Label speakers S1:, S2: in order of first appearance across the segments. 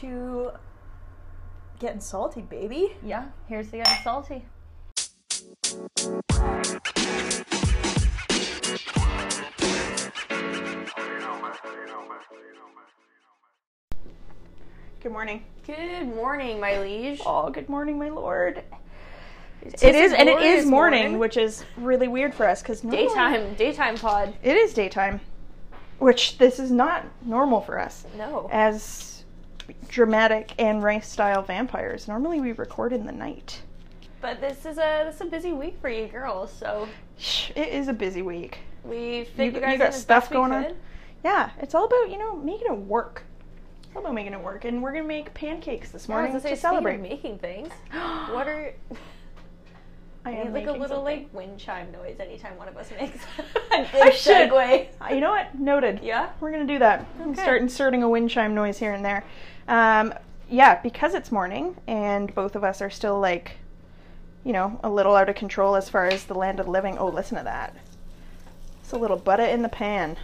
S1: to getting salty, baby.
S2: Yeah, here's the getting salty.
S1: Good morning.
S2: Good morning, my liege.
S1: Oh, good morning, my lord.
S2: It's
S1: It is, and it is morning,
S2: morning.
S1: which is really weird for us because
S2: Daytime, daytime pod.
S1: It is daytime, which this is not normal for us
S2: No.
S1: Uh, as dramatic and race style vampires. Normally, we record in the night.
S2: But this is a this is a busy week for you girls, so
S1: Shh, It is a busy week.
S2: we
S1: You-
S2: fit you, guys
S1: you got
S2: in as
S1: stuff
S2: best
S1: going
S2: we
S1: on?
S2: could.
S1: Yeah, it's all about you know making it work. It's all about making it work, and we're gonna make pancakes this
S2: Yeah, I was
S1: morning
S2: gonna say,
S1: to
S2: speaking of
S1: celebrate.
S2: making things. What are
S1: I
S2: I
S1: am
S2: need like a
S1: making
S2: little
S1: something.
S2: like wind chime noise anytime one of us makes a
S1: I
S2: good
S1: should.
S2: segue.
S1: Uh, You know what? Noted.
S2: Yeah?
S1: We're gonna do that. We can
S2: Okay.
S1: Start inserting a wind chime noise here and there. Um, yeah, because it's morning and both of us are still like, you know, a little out of control as far as the land of the living. Oh, listen to that. It's a little butter in the pan.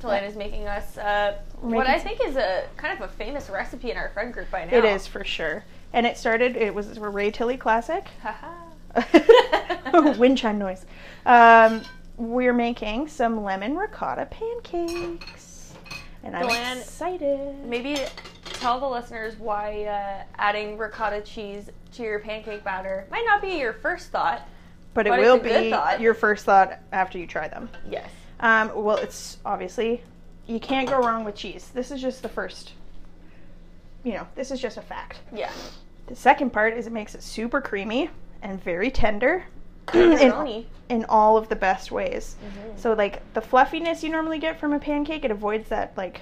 S2: Delana's making us uh,
S1: We're
S2: what
S1: making
S2: I think is a kind of a famous recipe in our friend group by now.
S1: It is for sure. And it started. It was a Ray Tilly classic.
S2: Haha.
S1: wind chime noise. Um, we're making some lemon ricotta pancakes, and I'm
S2: Glenn,
S1: excited.
S2: Maybe tell the listeners why uh, adding ricotta cheese to your pancake batter might not be your first thought.
S1: but it
S2: but it's
S1: will
S2: a good
S1: be
S2: thought.
S1: your first thought after you try them.
S2: Yes.
S1: Um, well, it's obviously you can't go wrong with cheese. This is just the first. You know, this is just a fact.
S2: Yeah.
S1: The second part is it makes it super creamy and very tender. in,
S2: Pepperoni.
S1: in all of the best ways.
S2: Mm-hmm.
S1: So like the fluffiness you normally get from a pancake, it avoids that like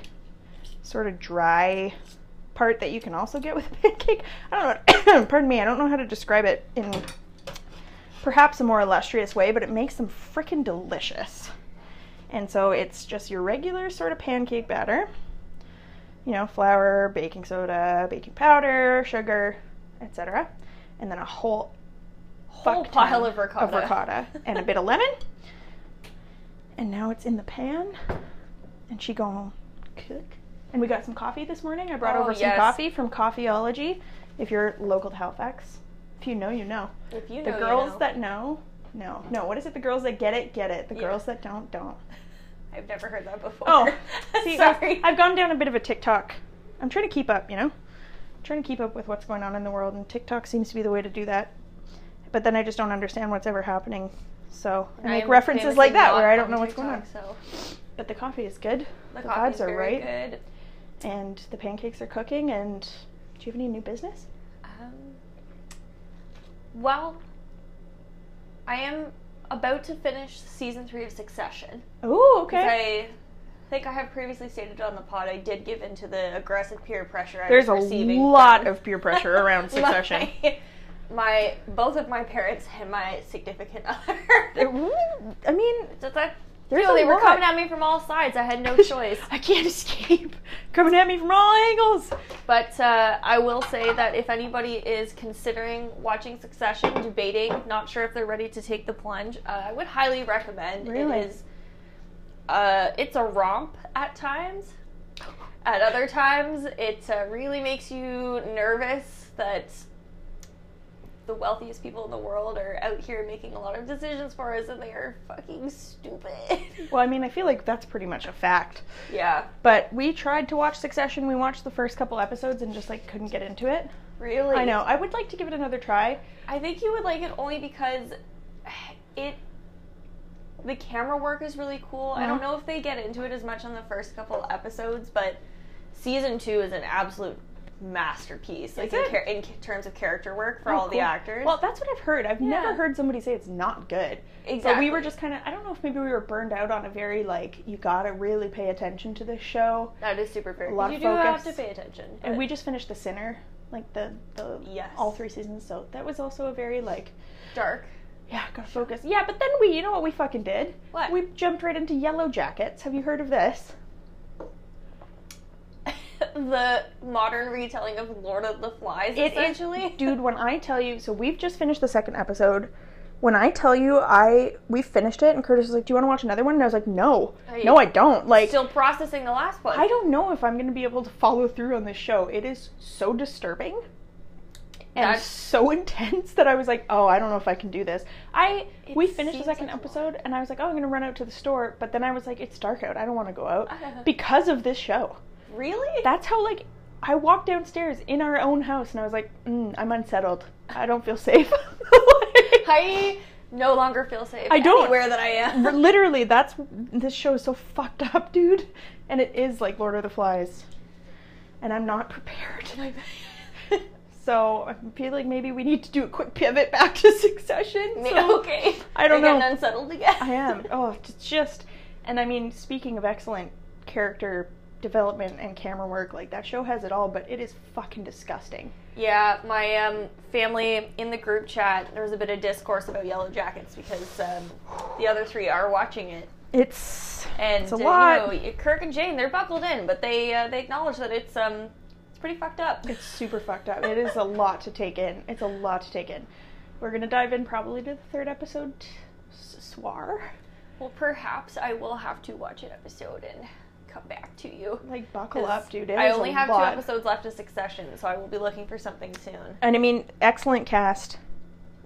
S1: sort of dry part that you can also get with a pancake. I don't know. pardon me. I don't know how to describe it in perhaps a more illustrious way, but it makes them freaking delicious. And so it's just your regular sort of pancake batter. You know, flour, baking soda, baking powder, sugar, etc. And then a whole
S2: Whole
S1: fuck
S2: pile
S1: ton
S2: of ricotta.
S1: ricotta and a bit of lemon. And now it's in the pan. And she going cook. And we got some coffee this morning. I brought
S2: Oh,
S1: over some
S2: yes.
S1: coffee from Coffeeology. If you're local to Halifax, if you know, you know.
S2: If you
S1: The
S2: know, you
S1: girls
S2: know.
S1: that know, no, no. What is it? The girls that get it, get it. The
S2: Yeah.
S1: girls that don't, don't.
S2: I've never heard that before.
S1: Oh, see,
S2: sorry.
S1: I've, I've gone down a bit of a TikTok. I'm trying to keep up, you know, trying to keep up with what's going on in the world, and TikTok seems to be the way to do that. But then I just don't understand what's ever happening, so I make
S2: am
S1: references
S2: famously
S1: like that where
S2: not
S1: I don't know what's going
S2: TikTok,
S1: on.
S2: So
S1: But the coffee is good.
S2: the,
S1: The
S2: coffee's
S1: vibes are
S2: very
S1: right.
S2: good.
S1: and the pancakes are cooking. And do you have any new business?
S2: Um, well, I am about to finish season three of Succession.
S1: Oh,
S2: 'Cause
S1: okay.
S2: I think I have previously stated on the pod I did give into the aggressive peer pressure I
S1: There's a
S2: was receiving.
S1: lot
S2: from
S1: of peer pressure around Succession.
S2: My, my- both of my parents and my significant other.
S1: It really- I mean,
S2: Does that
S1: There's a
S2: feel they were
S1: lot.
S2: coming at me from all sides. I had no choice.
S1: I can't escape. Coming at me from all angles.
S2: But uh, I will say that if anybody is considering watching Succession, debating, not sure if they're ready to take the plunge, uh, I would highly recommend.
S1: Really?
S2: It is. Uh, it's a romp at times. At other times, it uh, really makes you nervous that the wealthiest people in the world are out here making a lot of decisions for us, and they are fucking stupid.
S1: Well, I mean, I feel like that's pretty much a fact.
S2: yeah,
S1: But we tried to watch Succession. We watched the first couple episodes and just like couldn't get into it.
S2: really.
S1: I know. I would like to give it another try.
S2: I think you would like it only because it the camera work is really cool. I don't
S1: Mhm.
S2: know if they get into it as much on the first couple episodes, but season 2 is an absolute masterpiece like
S1: Is
S2: in,
S1: it?
S2: char- in ca- terms of character work for
S1: Oh,
S2: all the
S1: cool.
S2: actors.
S1: Well, that's what I've heard. I've
S2: Yeah.
S1: never heard somebody say it's not good. But we were just kind of, I don't know if maybe we were burned out on a very like, you gotta really pay attention to this show.
S2: that is super fair.
S1: a lot
S2: you
S1: of
S2: do have to
S1: focus.
S2: pay attention.
S1: And
S2: but-
S1: we just finished The Sinner, like the, the
S2: Yes.
S1: all three seasons. So that was also a very like,
S2: dark.
S1: Yeah, gotta focus. Yeah, but then we, you know what we fucking did?
S2: What?
S1: We jumped right into Yellow Jackets. Have you heard of this?
S2: the modern retelling of Lord of the Flies
S1: It is-
S2: essentially.
S1: Dude, when I tell you, so we've just finished the second episode. When I tell you, I we finished it, and Curtis was like, "Do you want to watch another one?" And I was like, "No,
S2: Hey,
S1: no, I don't." Like,
S2: Still processing the last one.
S1: I don't know if I'm going to be able to follow through on this show. It is so disturbing and
S2: That's-
S1: so intense that I was like, "Oh, I don't know if I can do this." I we
S2: It
S1: finished the
S2: seems
S1: second
S2: like a lot.
S1: episode, and I was like, "Oh, I'm going to run out to the store," but then I was like, "It's dark out. I don't want to go out
S2: don't.
S1: because of this show."
S2: really?
S1: That's how like I walked downstairs in our own house, and I was like, mm, "I'm unsettled. I don't feel safe." Like-
S2: I no longer feel safe.
S1: I don't.
S2: anywhere that I am.
S1: Literally, that's this show is so fucked up, dude. And it is like Lord of the Flies, and I'm not prepared. so I feel like maybe we need to do a quick pivot back to Succession. So
S2: okay.
S1: I don't
S2: You're
S1: know.
S2: Getting unsettled again.
S1: I am. Oh, it's just, and I mean, speaking of excellent character development and camera work, like that show has it all, but it is fucking disgusting.
S2: Yeah, my um, family in the group chat. There was a bit of discourse about Yellow Jackets because um, the other three are watching it,
S1: It's
S2: and
S1: it's a
S2: uh,
S1: lot.
S2: You know, Kirk and Jane they're buckled in, but they uh, they acknowledge that it's um it's pretty fucked up.
S1: It's super fucked up. It is a lot to take in. It's a lot to take in. We're gonna dive in probably to the third episode, s- Swar.
S2: Well, perhaps I will have to watch an episode and come back to you.
S1: Like buckle up, dude. It
S2: I
S1: is
S2: only
S1: a
S2: have
S1: lot.
S2: two episodes left of Succession, so I will be looking for something soon.
S1: And I mean, excellent cast.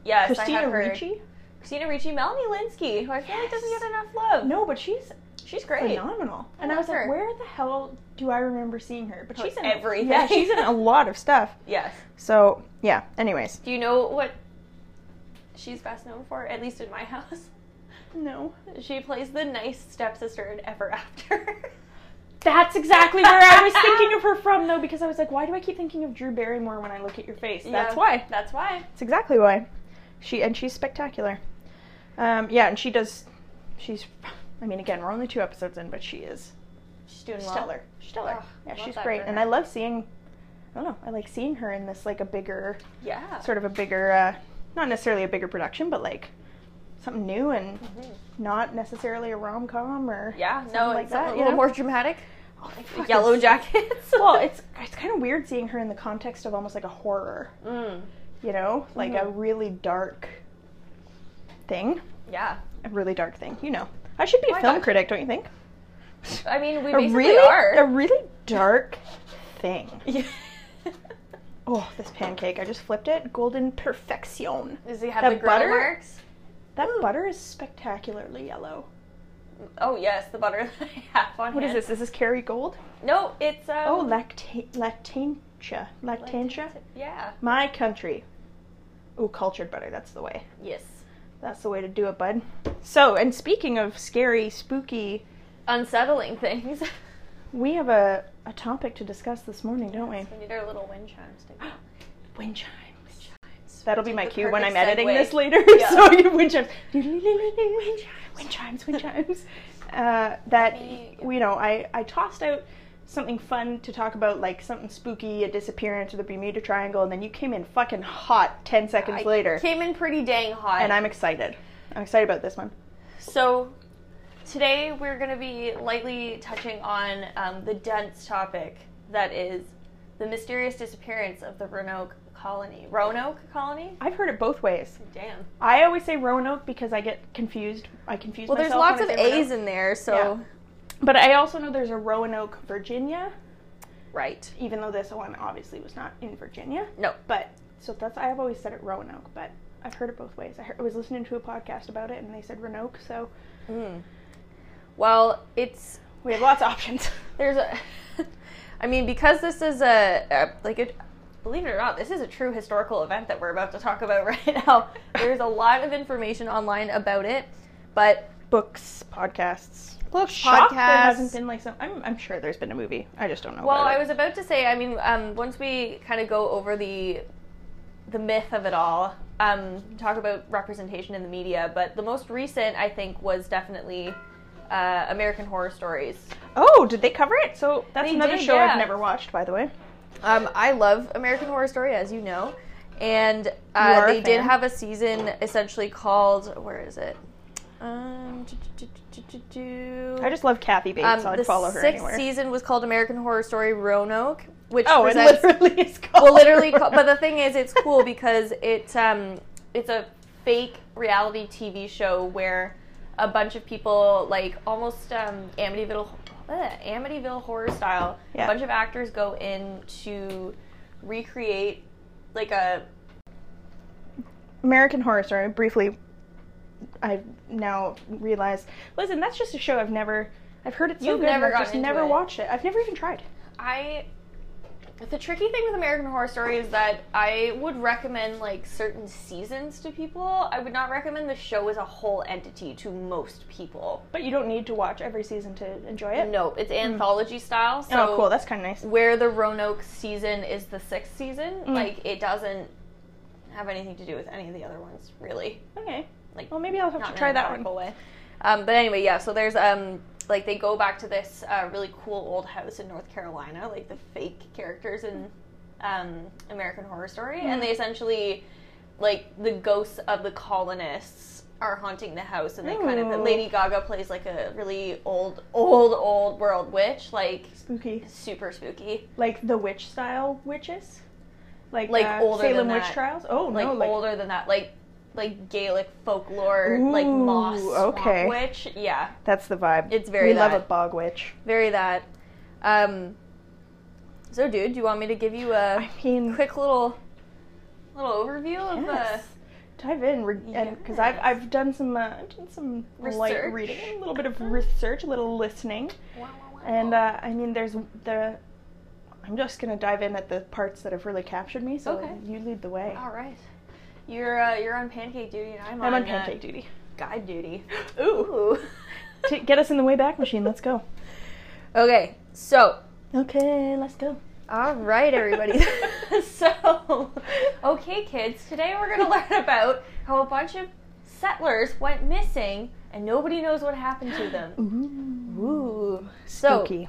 S2: Yes, I
S1: Christina
S2: have heard.
S1: Ricci.
S2: Christina Ricci, Melanie Linsky, who I feel like doesn't get enough love.
S1: No, but she's
S2: she's great.
S1: phenomenal. and I
S2: love
S1: was like,
S2: her.
S1: where the hell do I remember seeing her? But
S2: She's in
S1: a-
S2: everything.
S1: Yeah, she's in a lot of stuff.
S2: Yes.
S1: So yeah. Anyways.
S2: Do you know what she's best known for? At least in my house,
S1: No.
S2: she plays the nice stepsister in Ever After.
S1: That's exactly where I was thinking of her from, though, because I was like, why do I keep thinking of Drew Barrymore when I look at your face? That's
S2: Yeah,
S1: why.
S2: That's why.
S1: That's exactly why. She and she's spectacular. Um, yeah, and she does. She's. I mean, again, we're only two episodes in, but she is
S2: She's doing well.
S1: stellar. Stellar.
S2: Ugh,
S1: yeah,
S2: love
S1: she's
S2: that
S1: great,
S2: for
S1: and
S2: her.
S1: I love seeing. I don't know. I like seeing her in this like a bigger,
S2: Yeah.
S1: sort of a bigger, uh, not necessarily a bigger production, but like something new and
S2: Mhm.
S1: not necessarily a rom com or
S2: Yeah.
S1: something
S2: No,
S1: like
S2: it's
S1: that,
S2: a
S1: you
S2: little
S1: know?
S2: more dramatic.
S1: Oh,
S2: Like
S1: fuck,
S2: Yellow
S1: it's-
S2: Jackets.
S1: well, it's it's kind of weird seeing her in the context of almost like a horror,
S2: Mm.
S1: you know, like a
S2: Mhm.
S1: really dark thing.
S2: Yeah.
S1: a really dark thing. You know, I should be a
S2: Why
S1: film
S2: not?
S1: critic, don't you think?
S2: Oh I mean, we
S1: a
S2: basically
S1: really, a
S2: are.
S1: really dark thing.
S2: Yeah.
S1: Oh, this pancake! I just flipped it. Golden perfection.
S2: Does he have
S1: The
S2: the, grill
S1: butter?
S2: marks?
S1: That butter is spectacularly yellow.
S2: Oh yes, the butter that I have on
S1: What is
S2: hand.
S1: this? Is this Kerry Gold?
S2: No, it's um,
S1: Oh, lacta- lactantia, lactantia.
S2: Yeah.
S1: My country. Ooh, cultured butter. That's the way.
S2: Yes.
S1: That's the way to do it, bud. So, and speaking of scary, spooky,
S2: Unsettling things.
S1: we have a, a topic to discuss this morning, don't we?
S2: we need our little wind chimes to go.
S1: Wind chimes. That'll be my
S2: The
S1: cue when I'm
S2: perfect
S1: editing
S2: segue.
S1: this later.
S2: Yeah.
S1: so you wind chimes. Wind chimes, wind chimes, wind chimes. Uh, that
S2: Me-
S1: you know, I I tossed out something fun to talk about, like something spooky, a disappearance of the Bermuda Triangle, and then you came in fucking hot ten seconds
S2: I
S1: later,
S2: Came in pretty dang hot.
S1: and I'm excited. I'm excited about this one.
S2: so today we're gonna be lightly touching on um, the dense topic that is the mysterious disappearance of the Roanoke colony. Roanoke colony?
S1: I've heard it both ways.
S2: Damn.
S1: I always say Roanoke because I get confused. I confuse
S2: Well, there's
S1: myself
S2: lots
S1: when
S2: of
S1: I say Roanoke.
S2: A's in there, so
S1: but I also know there's a Roanoke, Virginia.
S2: right.
S1: even though this one obviously was not in Virginia.
S2: No.
S1: But so that's I have always said it Roanoke, but I've heard it both ways. I, heard, I was listening to a podcast about it and they said Roanoke, so
S2: Mm. Well, it's
S1: we have lots of options.
S2: there's a i mean because this is a, a like a believe it or not this is a true historical event that we're about to talk about right now there's a lot of information online about it but
S1: Books, podcasts,
S2: books
S1: Shocked There hasn't been like some. I'm, I'm sure there's been a movie. I just don't know.
S2: well
S1: about
S2: i
S1: it.
S2: was about to say i mean um, once we kind of go over the the myth of it all um, talk about representation in the media but the most recent i think was definitely uh, american horror stories
S1: Oh, did they cover it? So that's
S2: They
S1: another
S2: did,
S1: show
S2: yeah.
S1: I've never watched, by the way.
S2: Um, I love American Horror Story, as you know, and
S1: You
S2: uh,
S1: are a
S2: they did
S1: fan.
S2: have a season essentially called where is it? Um, do, do, do, do, do, do.
S1: I just love Kathy Bates.
S2: um,
S1: so I'd
S2: the
S1: follow her
S2: sixth
S1: anywhere.
S2: season was called American Horror Story Roanoke, which
S1: oh, it
S2: presents
S1: literally is called.
S2: well, literally. ca- but the thing is, it's cool because it's um, it's a fake reality TV show where a bunch of people, like almost um, Amityville, uh, Amityville horror style,
S1: Yeah.
S2: a bunch of actors go in to recreate like a
S1: American Horror Story, briefly, I've now realized, listen, that's just a show I've never, I've heard it so
S2: You've
S1: good,
S2: never
S1: and I've
S2: gotten
S1: just
S2: into
S1: never
S2: it.
S1: watched it. I've never even tried.
S2: I the tricky thing with American Horror Story is that I would recommend like certain seasons to people. I would not recommend the show as a whole entity to most people.
S1: But you don't need to watch every season to enjoy it.
S2: No, it's anthology style. So
S1: Hmm. oh, cool. That's kind of nice.
S2: where the Roanoke season is the sixth season,
S1: Mm.
S2: like it doesn't have anything to do with any of the other ones, really.
S1: Okay.
S2: Like
S1: Well, maybe I'll have
S2: not
S1: to
S2: in
S1: try
S2: a
S1: that one.
S2: nautical way. Um, but anyway, yeah. So there's um, like they go back to this uh, really cool old house in North Carolina, like the fake characters in um, American Horror Story,
S1: Mm.
S2: and they essentially like the ghosts of the colonists are haunting the house, and they kind of
S1: Ooh.
S2: Lady Gaga plays like a really old, old, old world witch, like
S1: Spooky.
S2: super spooky.
S1: Like the witch style witches? Like,
S2: Like
S1: uh,
S2: older than
S1: Salem Witch
S2: that.
S1: Trials? Oh,
S2: like,
S1: no. Like,
S2: older than that, like like Gaelic folklore, like
S1: Ooh,
S2: moss, swamp
S1: okay.
S2: witch. Yeah,
S1: That's the vibe.
S2: It's very
S1: We love
S2: that.
S1: a bog witch.
S2: very that. Um, so, dude, do you want me to give you a
S1: I mean,
S2: quick little little overview of uh,
S1: Yes. dive in because I've
S2: Yes.
S1: I've done some uh, I've done some light
S2: Research.
S1: reading, a little bit of research, a little listening, and uh, I mean there's the. I'm just gonna dive in at the parts that have really captured me. So
S2: Okay.
S1: you lead the way.
S2: all right. You're uh, you're on pancake duty, and I'm,
S1: I'm on
S2: uh,
S1: pancake duty.
S2: guide duty.
S1: Ooh. T- get us in the way back machine. Let's go.
S2: Okay, so
S1: Okay, let's go.
S2: All right, everybody. so, okay, kids, today we're going to learn about how a bunch of settlers went missing and nobody knows what happened to them.
S1: Ooh.
S2: Ooh. So,
S1: Spooky.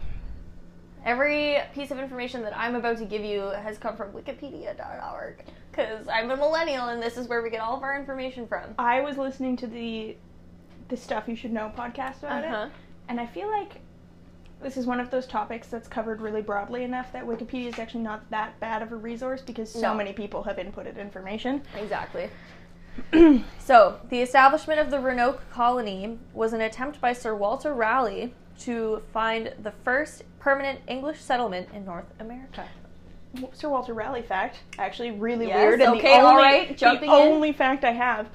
S2: every piece of information that I'm about to give you has come from wikipedia.org because I'm a millennial and this is where we get all of our information from.
S1: I was listening to the the stuff you should know podcast about it.
S2: Uh-huh.
S1: And I feel like this is one of those topics that's covered really broadly enough that Wikipedia is actually not that bad of a resource because so
S2: No.
S1: many people have inputted information.
S2: Exactly. so, the establishment of the Roanoke colony was an attempt by Sir Walter Raleigh to find the first permanent English settlement in North America.
S1: Sir Walter Raleigh fact, actually really
S2: Yes,
S1: weird. And
S2: okay,
S1: the only,
S2: all right,
S1: the
S2: jumping in.
S1: only fact I have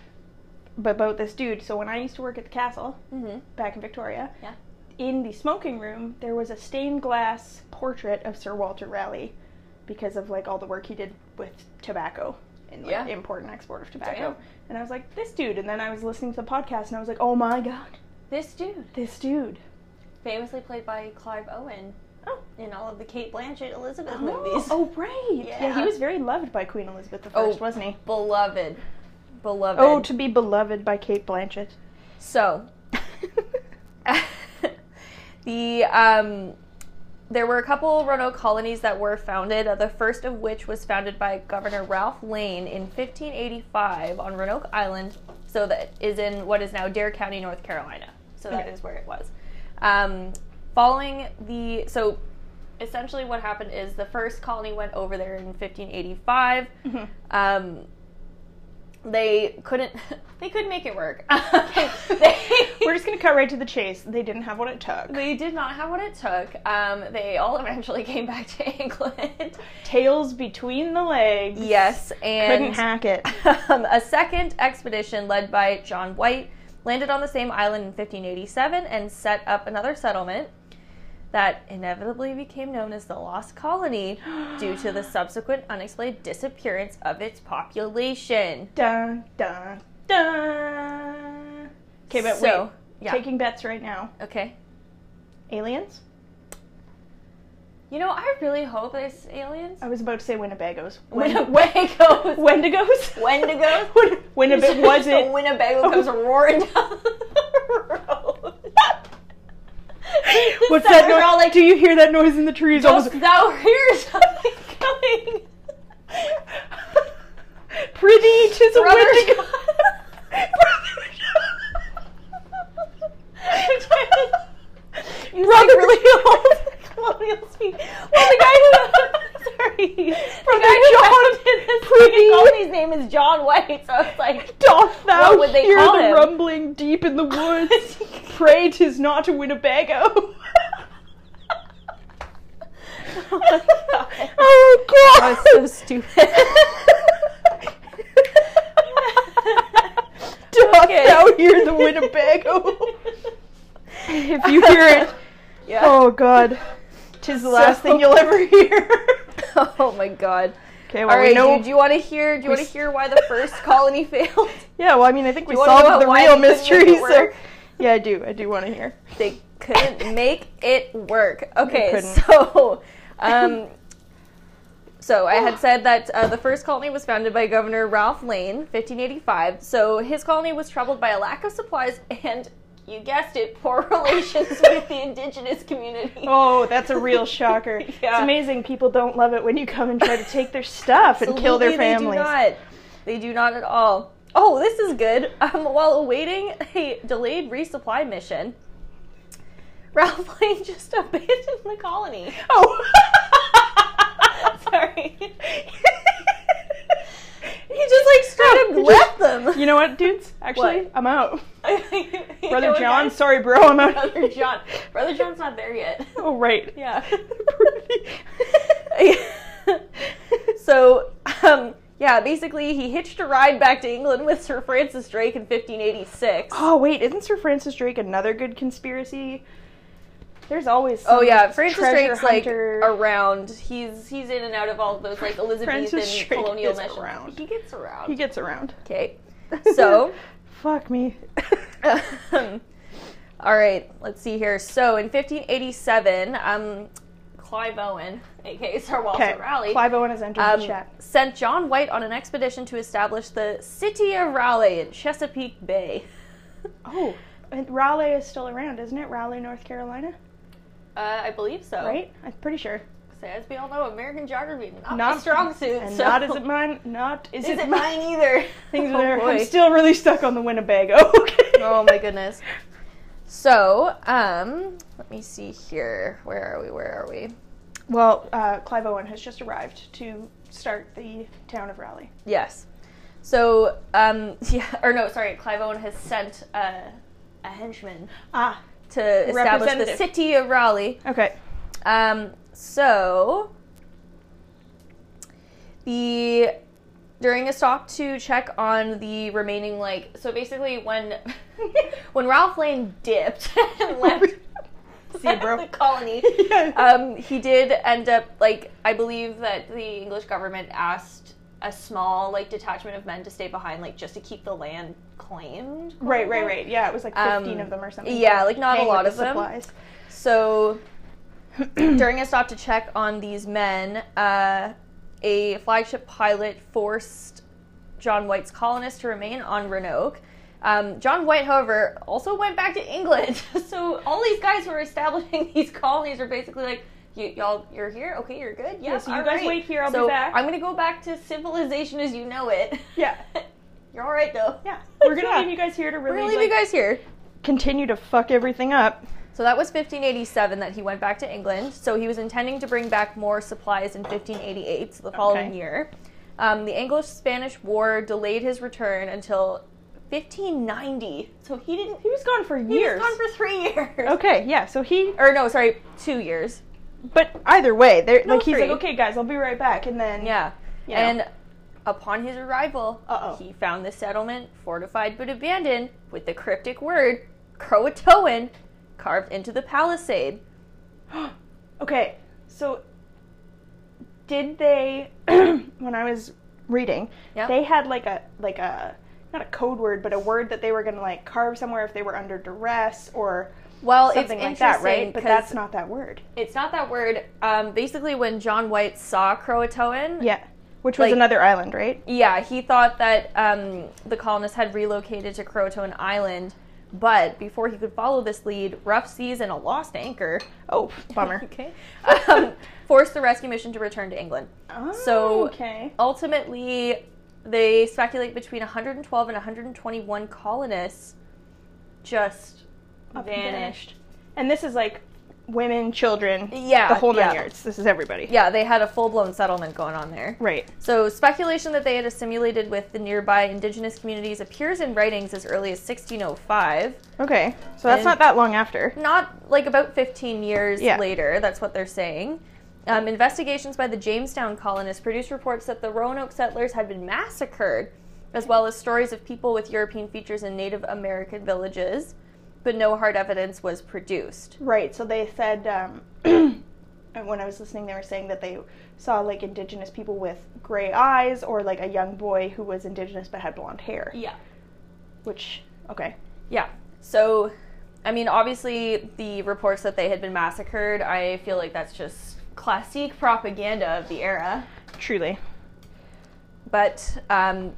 S1: about this dude. So when I used to work at the castle
S2: Mm-hmm.
S1: back in Victoria,
S2: Yeah.
S1: in the smoking room there was a stained glass portrait of Sir Walter Raleigh because of like all the work he did with tobacco and like
S2: Yeah.
S1: import and export of tobacco.
S2: Damn.
S1: And I was like, this dude. And then I was listening to the podcast and I was like, oh my god,
S2: This dude,
S1: this dude.
S2: famously played by Clive Owen
S1: Oh.
S2: in all of the Kate Blanchett Elizabeth
S1: Oh,
S2: movies.
S1: oh, right. Yeah.
S2: Yeah.
S1: he was very loved by Queen Elizabeth I,
S2: Oh,
S1: first, wasn't he?
S2: Beloved. Beloved.
S1: Oh, to be beloved by Kate Blanchett.
S2: so, the um, there were a couple Roanoke colonies that were founded. uh, The first of which was founded by Governor Ralph Lane in 1585 on Roanoke Island, so that is in what is now Dare County, North Carolina. So that is
S1: Okay.
S2: where it was. Um, following the so. Essentially, what happened is the first colony went over there in 1585.
S1: Mhm.
S2: Um, they couldn't. They could make it work. they,
S1: We're just going to cut right to the chase. They didn't have what it took.
S2: they did not have what it took. Um, they all eventually came back to England.
S1: Tails between the legs.
S2: yes,
S1: Couldn't
S2: and
S1: hack it.
S2: um, a second expedition led by John White landed on the same island in 1587 and set up another settlement that inevitably became known as the Lost Colony due to the subsequent unexplained disappearance of its population.
S1: Dun, dun, dun. Okay, but
S2: so,
S1: wait.
S2: Yeah.
S1: Taking bets right now.
S2: okay.
S1: Aliens?
S2: You know, I really hope there's aliens.
S1: I was about to say Winnebagos.
S2: Winnebagoes.
S1: Wendigos?
S2: Wendigos?
S1: Win- Winnebago. Was
S2: Just a
S1: it?
S2: Winnebago comes roaring down the road.
S1: What's
S2: So
S1: that
S2: they're
S1: noise?
S2: all like, "Oh,
S1: Do you hear that noise in the trees?
S2: Dost
S1: Almost-
S2: thou hear something coming?
S1: Pretty, 'tis a
S2: Brother
S1: Wendigo.
S2: John.
S1: Brother Leon.
S2: Colonial speak. Well, the guy who sorry, the
S1: Brother
S2: guy who
S1: John.
S2: founded Freaking Goldie's name is John White, so I was like,
S1: Doth thou
S2: What would they
S1: hear
S2: call
S1: the
S2: him?
S1: rumbling deep in the woods? Pray tis not a Winnebago.
S2: Oh my God.
S1: Oh, God.
S2: That was so stupid.
S1: Doth
S2: Okay.
S1: thou hear the Winnebago? if you hear it,
S2: Yeah.
S1: oh God, tis the last
S2: So-
S1: thing you'll ever hear.
S2: Oh my god.
S1: okay, well
S2: All
S1: we
S2: right,
S1: know.
S2: dude, do you want to hear? Do you
S1: we
S2: want to
S1: s-
S2: hear why the first colony failed?
S1: yeah, well, I mean, I think we
S2: you wanna know
S1: solved the
S2: why
S1: real
S2: they couldn't make
S1: mystery.
S2: it
S1: So,
S2: work?
S1: yeah, I do. I do want to hear.
S2: They couldn't make it work. Okay,
S1: couldn't.
S2: so, um, so I had said that uh, the first colony was founded by Governor Ralph Lane, 1585. So his colony was troubled by a lack of supplies and, you guessed it, poor relations with the indigenous community.
S1: Oh, that's a real shocker.
S2: Yeah.
S1: It's amazing people don't love it when you come and try to take their stuff and kill their
S2: Absolutely,
S1: families.
S2: They do not. They do not at all. Oh, this is good. Um, while awaiting a delayed resupply mission, Ralph Lane just abandoned the colony.
S1: Oh.
S2: Sorry. he just like straight up
S1: Just-
S2: left them.
S1: You know what, dudes? Actually,
S2: What?
S1: I'm out.
S2: You
S1: Brother
S2: know what,
S1: John,
S2: guys?
S1: sorry, bro, I'm out.
S2: Brother John. Brother John's not there yet.
S1: Oh, right.
S2: Yeah.
S1: Brody.
S2: so, um, yeah, basically he hitched a ride back to England with Sir Francis Drake in 1586.
S1: Oh, wait, isn't Sir Francis Drake another good conspiracy? There's always.
S2: Oh
S1: some
S2: yeah, Francis
S1: treasure
S2: Drake's like
S1: hunter.
S2: around. He's he's in and out of all those like Elizabethan
S1: Francis Drake
S2: colonial
S1: gets
S2: missions.
S1: around.
S2: He gets
S1: He
S2: around.
S1: gets around.
S2: Okay. So,
S1: Fuck me.
S2: um, all right, let's see here. So in 1587, um, Clive Owen, aka Sir Walter
S1: Okay.
S2: Raleigh,
S1: Clive Owen has entered
S2: um,
S1: the chat.
S2: sent John White on an expedition to establish the city of Raleigh in Chesapeake Bay. Uh,
S1: Oh, and Raleigh is still around, isn't it? Raleigh, North Carolina,
S2: Uh, I believe so.
S1: right? I'm pretty sure.
S2: So as we all know, American geography not,
S1: Not-
S2: my strong suit.
S1: And
S2: so-
S1: not is it mine? Not is,
S2: Is
S1: it,
S2: it
S1: mine?
S2: mine either?
S1: Things
S2: Oh,
S1: there. I'm
S2: boy.
S1: still really stuck on the Winnebago. Okay.
S2: oh my goodness. So, um, let me see here. Where are we? Where are we?
S1: Well, uh, Clive Owen has just arrived to start the town of Raleigh.
S2: Yes. So, um, yeah, or no, sorry. Clive Owen has sent uh, a henchman
S1: Ah,
S2: to establish the
S1: Representative.
S2: city of Raleigh.
S1: okay.
S2: Um, so the during a stop to check on the remaining like so basically when when Ralph Lane dipped and left
S1: See you, bro.
S2: the colony.
S1: Yeah.
S2: Um, he did end up like I believe that the English government asked a small like detachment of men to stay behind, like just to keep the land claimed. quote
S1: Right, right,
S2: unquote.
S1: right. Yeah, it was like 15
S2: Um,
S1: of them or something.
S2: yeah, like, not a
S1: Hang with
S2: lot
S1: the
S2: of them.
S1: supplies.
S2: So during a stop to check on these men, uh, a flagship pilot forced John White's colonists to remain on Roanoke. Um, John White, however, also went back to England. so all these guys who were establishing these colonies are basically like, you, y'all, you're here. Okay, you're good. Yeah.
S1: Yeah, so you
S2: all
S1: guys
S2: right.
S1: wait here, I'll be
S2: So
S1: back.
S2: I'm gonna go back to civilization as you know it.
S1: Yeah.
S2: you're all right though.
S1: Yeah, we're gonna
S2: Yeah.
S1: leave you guys here to
S2: We're
S1: really,
S2: gonna
S1: like,
S2: leave you guys here.
S1: continue to fuck everything up.
S2: So that was 1587 that he went back to England. So he was intending to bring back more supplies in 1588, so the following
S1: Okay.
S2: year. Um, the Anglo Spanish War delayed his return until 1590. So he didn't.
S1: He was gone for
S2: He
S1: years.
S2: was gone for three years.
S1: okay, yeah. So he
S2: Or no, sorry, two years.
S1: But either way, they're
S2: No,
S1: like he's
S2: free.
S1: like, okay, guys, I'll be right back, and then
S2: Yeah.
S1: you know.
S2: And upon his arrival,
S1: Uh-oh.
S2: he found the settlement fortified but abandoned with the cryptic word Croatoan carved into the palisade.
S1: okay, so did they? when I was reading,
S2: Yeah.
S1: they had like a like a not a code word, but a word that they were gonna like carve somewhere if they were under duress or
S2: Well,
S1: something
S2: it's
S1: like
S2: interesting
S1: that, right? But
S2: 'cause
S1: that's not that word.
S2: It's not that word. Um, basically, when John White saw Croatoan,
S1: Yeah, which was
S2: Like-
S1: another island, right?
S2: yeah, he thought that um, the colonists had relocated to Croatoan Island. But before he could follow this lead, rough seas and a lost anchor,
S1: Oh, bummer.
S2: okay, um, forced the rescue mission to return to England.
S1: oh,
S2: So-
S1: okay,
S2: Ultimately, they speculate between 112 and 121 colonists just
S1: Up and down.
S2: vanished.
S1: and this is like women, children,
S2: Yeah,
S1: the whole nine
S2: yeah.
S1: yards. This is everybody.
S2: Yeah, they had a full blown settlement going on there.
S1: Right.
S2: So, speculation that they had assimilated with the nearby indigenous communities appears in writings as early as 1605.
S1: Okay. So that's
S2: And-
S1: not that long after.
S2: Not like about 15 years
S1: Yeah.
S2: later, that's what they're saying. Um, investigations by the Jamestown colonists produced reports that the Roanoke settlers had been massacred, as well as stories of people with European features in Native American villages, but no hard evidence was produced.
S1: Right. So they said um, when I was listening, they were saying that they saw like indigenous people with gray eyes, or like a young boy who was indigenous but had blonde hair.
S2: Yeah.
S1: Which okay.
S2: Yeah. So, I mean, obviously, the reports that they had been massacred, I feel like that's just classic propaganda of the era.
S1: Truly.
S2: But, um,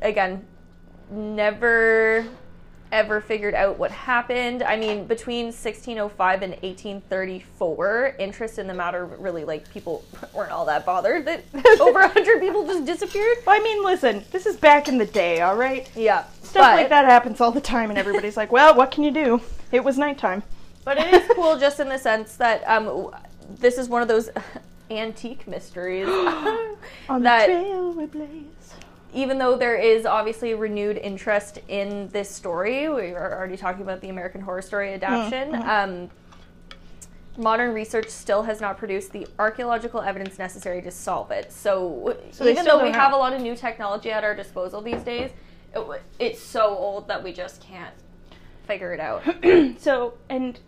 S2: again, never ever figured out what happened. I mean, between 1605 and 1834, interest in the matter really, like, people weren't all that bothered that over 100 people just disappeared.
S1: Well, I mean, listen, this is back in the day, all right?
S2: Yeah.
S1: Stuff like that happens all the time, and everybody's like, well, what can you do? It was nighttime.
S2: But it is cool just in the sense that um, w- this is one of those antique mysteries.
S1: On
S2: That-
S1: the trail we blaze.
S2: Even though there is obviously renewed interest in this story, we were already talking about the American Horror
S1: Mm,
S2: Story adaptation. Um, modern research still has not produced the archaeological evidence necessary to solve it. So,
S1: So they
S2: even
S1: still
S2: though we
S1: don't know.
S2: have a lot of new technology at our disposal these days, it, w- it's so old that we just can't figure it out.
S1: So, and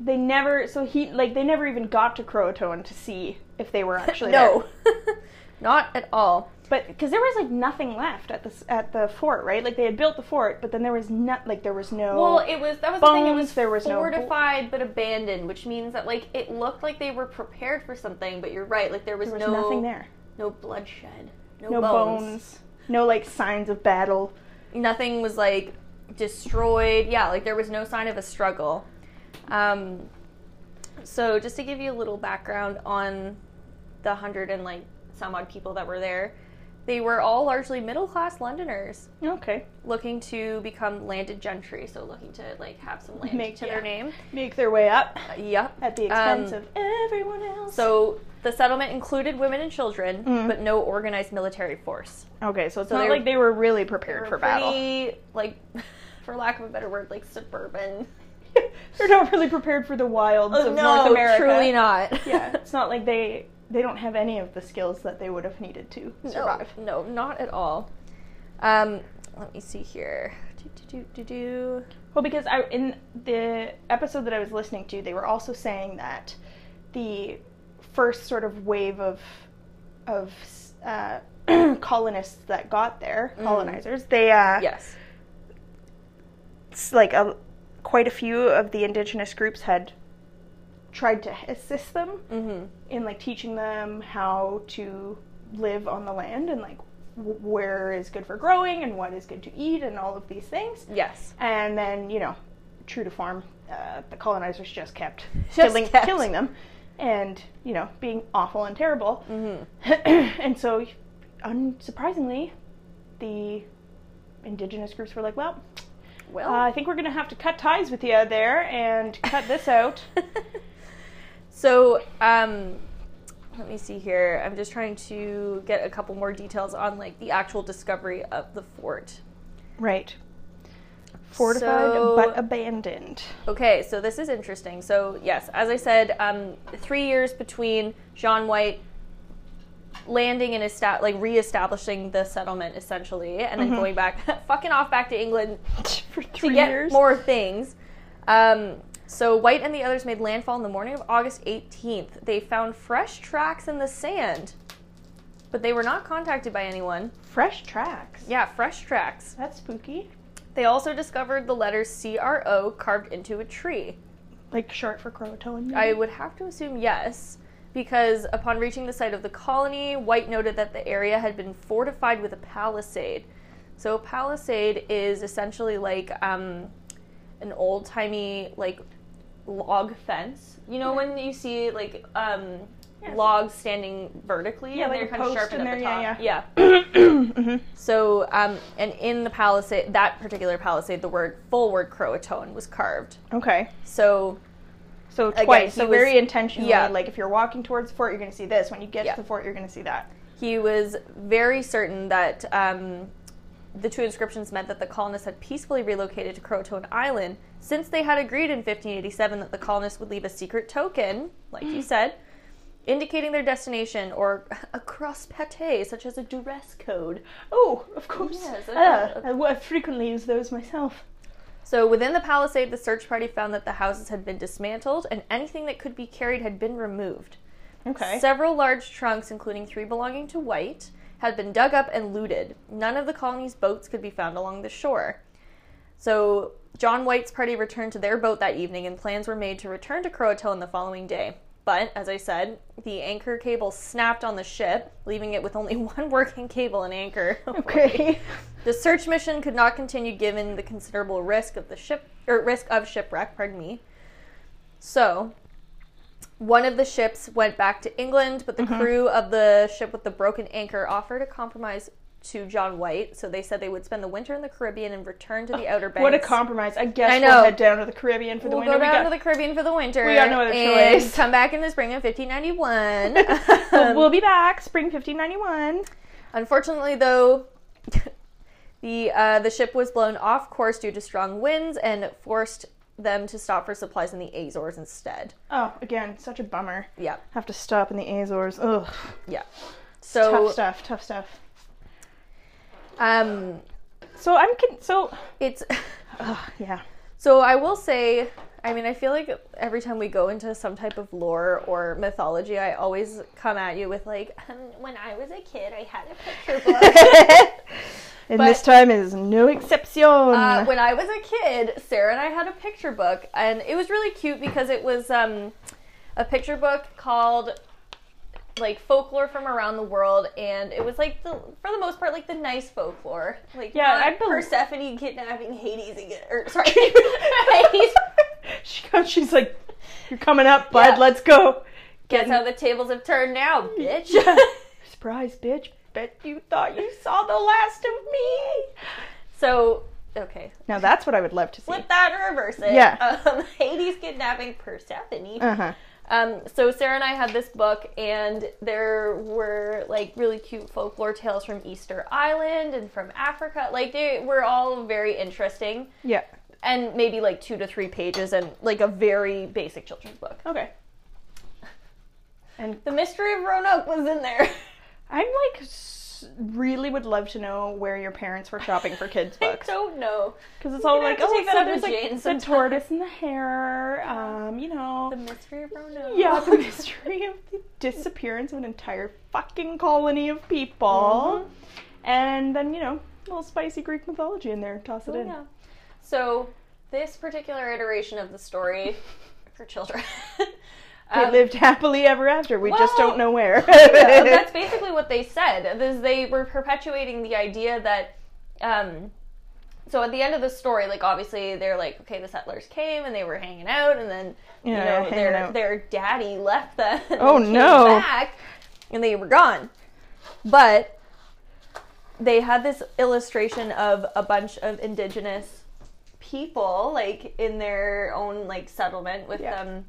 S1: they never, so he, like, they never even got to Croatoan to see if they were actually
S2: no,
S1: there.
S2: not at all.
S1: But, because there was, like, nothing left at this, at the fort, right? Like, they had built the fort, but then there was not, like, there was no.
S2: Well, it was that was the thing. It
S1: Bones,
S2: was
S1: there was no bo-
S2: fortified but abandoned, which means that like it looked like they were prepared for something. But you're right, like there was,
S1: there was
S2: no
S1: nothing there.
S2: no bloodshed, no,
S1: No
S2: bones.
S1: bones. No, like, signs of battle.
S2: nothing was like destroyed. Yeah, like there was no sign of a struggle. Um, so just to give you a little background on the hundred and like some odd people that were there, they were all largely middle class Londoners.
S1: Okay.
S2: looking to become landed gentry, so looking to like have some land
S1: Make-
S2: to
S1: yeah.
S2: their name.
S1: Make their way up
S2: Uh, yep.
S1: at the
S2: Um,
S1: expense of everyone else.
S2: So the settlement included women and children,
S1: Mm.
S2: but no organized military force.
S1: Okay, so it's
S2: So
S1: not
S2: they-
S1: like they were really
S2: They
S1: prepared
S2: were
S1: for battle.
S2: pretty, like, for lack of a better word, like suburban.
S1: They're not really prepared for the wilds of North America.
S2: truly not.
S1: yeah, it's not like they they don't have any of the skills that they would have needed to survive.
S2: No, no, not at all. Um, let me see here. Do, do, do, do, do.
S1: Well, because I in the episode that I was listening to, they were also saying that the first sort of wave of of uh, colonists that got there,
S2: Mm.
S1: colonizers, they uh,
S2: Yes.
S1: s- like a, quite a few of the indigenous groups had tried to assist them
S2: Mm-hmm.
S1: in like teaching them how to live on the land and like w- where is good for growing and what is good to eat and all of these things.
S2: Yes.
S1: And then you know, true to form, uh, the colonizers just kept
S2: Just
S1: killing
S2: kept.
S1: killing them, and you know being awful and terrible.
S2: Mm-hmm.
S1: and so, unsurprisingly, the indigenous groups were like, well.
S2: Well,
S1: Uh, I think we're going to have to cut ties with you there and cut this out.
S2: so, um, let me see here. I'm just trying to get a couple more details on like the actual discovery of the fort.
S1: Right. Fortified
S2: So-
S1: but abandoned.
S2: Okay, so this is interesting. So, yes, as I said, um, three years between John White landing and esta- like reestablishing the settlement essentially, and then
S1: Mhm.
S2: going back, fucking off back to England
S1: For
S2: to
S1: three
S2: get
S1: years.
S2: more things. Um, so White and the others made landfall in the morning of August 18th. They found fresh tracks in the sand, but they were not contacted by anyone.
S1: Fresh tracks.
S2: Yeah, fresh tracks.
S1: That's spooky.
S2: They also discovered the letter CRO carved into a tree.
S1: Like short for Croatoan.
S2: I
S1: maybe?
S2: would have to assume yes, because upon reaching the site of the colony, White noted that the area had been fortified with a palisade. So a palisade is essentially like um, an old timey like log fence. You know when you see like um,
S1: Yes.
S2: logs standing vertically
S1: Yeah,
S2: and
S1: like
S2: they're
S1: a
S2: kind of
S1: post
S2: sharpened
S1: in
S2: at the
S1: there,
S2: top.
S1: yeah,
S2: yeah.
S1: Mhm.
S2: So um, and in the palisade, that particular palisade, the word full word Croatoan was carved.
S1: Okay.
S2: So
S1: So
S2: Again,
S1: twice.
S2: he
S1: So
S2: was-
S1: very intentionally.
S2: yeah.
S1: Like if you're walking towards the fort, you're going to see this. When you get
S2: Yeah.
S1: to the fort, you're going to see that.
S2: He was very certain that um, the two inscriptions meant that the colonists had peacefully relocated to Croton Island, since they had agreed in 1587 that the colonists would leave a secret token, like you said, indicating their destination or a cross pate, such as a duress code.
S1: Oh, of course.
S2: Yes, I
S1: Ah,
S2: know.
S1: I, wo- I frequently use those myself.
S2: So within the palisade, the search party found that the houses had been dismantled and anything that could be carried had been removed.
S1: Okay.
S2: Several large trunks, including three belonging to White, had been dug up and looted. None of the colony's boats could be found along the shore. So John White's party returned to their boat that evening, and plans were made to return to Croatoan the following day. But as I said, the anchor cable snapped on the ship, leaving it with only one working cable and anchor.
S1: Oh, okay.
S2: The search mission could not continue given the considerable risk of the ship or risk of shipwreck, pardon me. So, one of the ships went back to England, but the
S1: Mm-hmm.
S2: crew of the ship with the broken anchor offered a compromise to John White. So they said they would spend the winter in the Caribbean and return to the Outer Banks.
S1: What a compromise. I guess
S2: I know.
S1: we'll head down to the Caribbean for the
S2: We'll
S1: winter.
S2: go
S1: We got-
S2: down to the Caribbean for the winter.
S1: We got no other
S2: and
S1: choice.
S2: Come back in the spring of 1591.
S1: Well,
S2: Um,
S1: we'll be back, spring 1591.
S2: Unfortunately, though, the uh, the ship was blown off course due to strong winds and forced them to stop for supplies in the Azores instead.
S1: Oh, again, such a bummer.
S2: Yeah,
S1: Have to stop in the Azores. Ugh.
S2: yeah. So,
S1: tough stuff. Tough stuff.
S2: um,
S1: So I'm con- so
S2: it's
S1: ugh, yeah.
S2: so I will say. I mean, I feel like every time we go into some type of lore or mythology, I always come at you with like, um, when I was a kid, I had a picture book.
S1: And
S2: But-
S1: this time is no exception.
S2: Uh, when I was a kid, Sarah and I had a picture book, and it was really cute because it was um, a picture book called like folklore from around the world, and it was like the for the most part like the nice folklore, like
S1: Yeah,
S2: not
S1: I bel-
S2: Persephone kidnapping Hades again, or sorry, Hades
S1: she comes, she's like, "You're coming up, bud.
S2: Yeah.
S1: Let's go."
S2: Guess how the tables have turned now, bitch.
S1: Surprise, bitch. Bet you thought you saw the last of me.
S2: so okay,
S1: Now that's what I would love to see.
S2: flip that and reverse it.
S1: Yeah.
S2: um, Hades kidnapping Persephone.
S1: Uh huh.
S2: Um, so Sarah and I had this book, and there were like really cute folklore tales from Easter Island and from Africa. Like they were all very interesting,
S1: Yeah.
S2: and maybe like two to three pages, and like a very basic children's book.
S1: Okay. And
S2: The mystery of Roanoke was in there.
S1: I'm like, s- really would love to know where your parents were shopping for kids' books.
S2: I don't know
S1: Because it's all
S2: gonna
S1: like,
S2: have to
S1: oh,
S2: take
S1: it's
S2: that
S1: so
S2: up
S1: there's
S2: with Jane
S1: like the
S2: sometime."
S1: tortoise and the hare. Um, you know,
S2: the mystery of Roanoke.
S1: yeah, the mystery of the disappearance of an entire fucking colony of people,
S2: Mm-hmm.
S1: and then you know, a little spicy Greek mythology in there. Toss it
S2: Oh,
S1: in.
S2: yeah. So this particular iteration of the story for children.
S1: They
S2: um,
S1: lived happily ever after. We just
S2: well,
S1: don't know where.
S2: Yeah, that's basically what they said. Is they were perpetuating the idea that, um, so at the end of the story, like obviously they're like, okay, the settlers came and they were hanging out, and then you
S1: Yeah,
S2: know
S1: hanging
S2: their
S1: out.
S2: their daddy left them. and
S1: Oh,
S2: came
S1: no.
S2: Back, and they were gone, but they had this illustration of a bunch of indigenous people like in their own like settlement with
S1: Yeah.
S2: um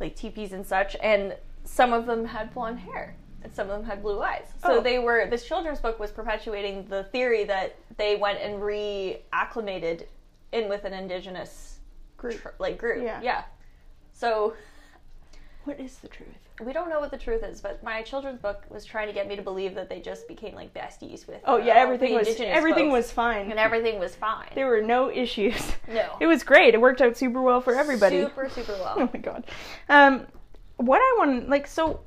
S2: like teepees and such and some of them had blonde hair and some of them had blue eyes so
S1: Oh.
S2: they were this children's book was perpetuating the theory that they went and re-acclimated in with an indigenous
S1: Greek.
S2: tr- like group
S1: Yeah.
S2: yeah so
S1: What is the truth?
S2: we don't know what the truth is, but my children's book was trying to get me to believe that they just became like besties with.
S1: Oh
S2: uh,
S1: yeah, everything
S2: the
S1: was
S2: indigenous
S1: everything
S2: folks,
S1: was fine.
S2: and everything was fine.
S1: There were no issues.
S2: No.
S1: It was great. It worked out super well for everybody.
S2: super super
S1: Oh
S2: well.
S1: my god. Um, what I want, like, so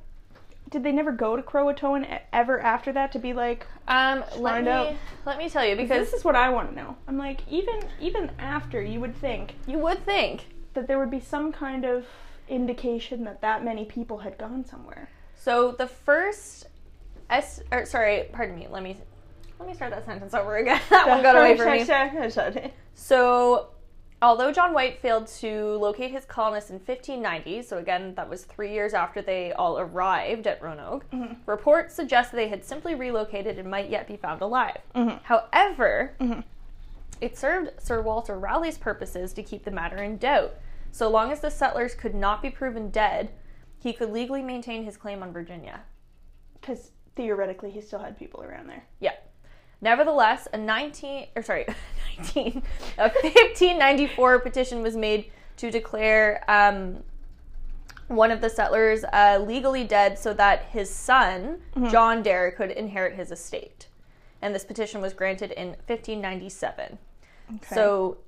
S1: did they never go to Croatoan e- ever after that to be like,
S2: Um, let
S1: find
S2: me
S1: out.
S2: let me tell you because
S1: this is what I want to know? I'm like, even even after, you would think
S2: you would think
S1: that there would be some kind of indication that that many people had gone somewhere.
S2: so. The first S or sorry, pardon me. Let me let me start that sentence over again. that one got away from me. So, although John White failed to locate his colonists in 1590, so again, that was three years after they all arrived at Roanoke, reports suggest that they had simply relocated and might yet be found alive. However, it served Sir Walter Raleigh's purposes to keep the matter in doubt. So long as the settlers could not be proven dead, he could legally maintain his claim on Virginia.
S1: Because theoretically, he still had people around there.
S2: Yeah. Nevertheless, a 19 or sorry, 19 a 1594 petition was made to declare um, one of the settlers uh, legally dead so that his son, John Dare, could inherit his estate. And this petition was granted in 1597.
S1: Okay.
S2: So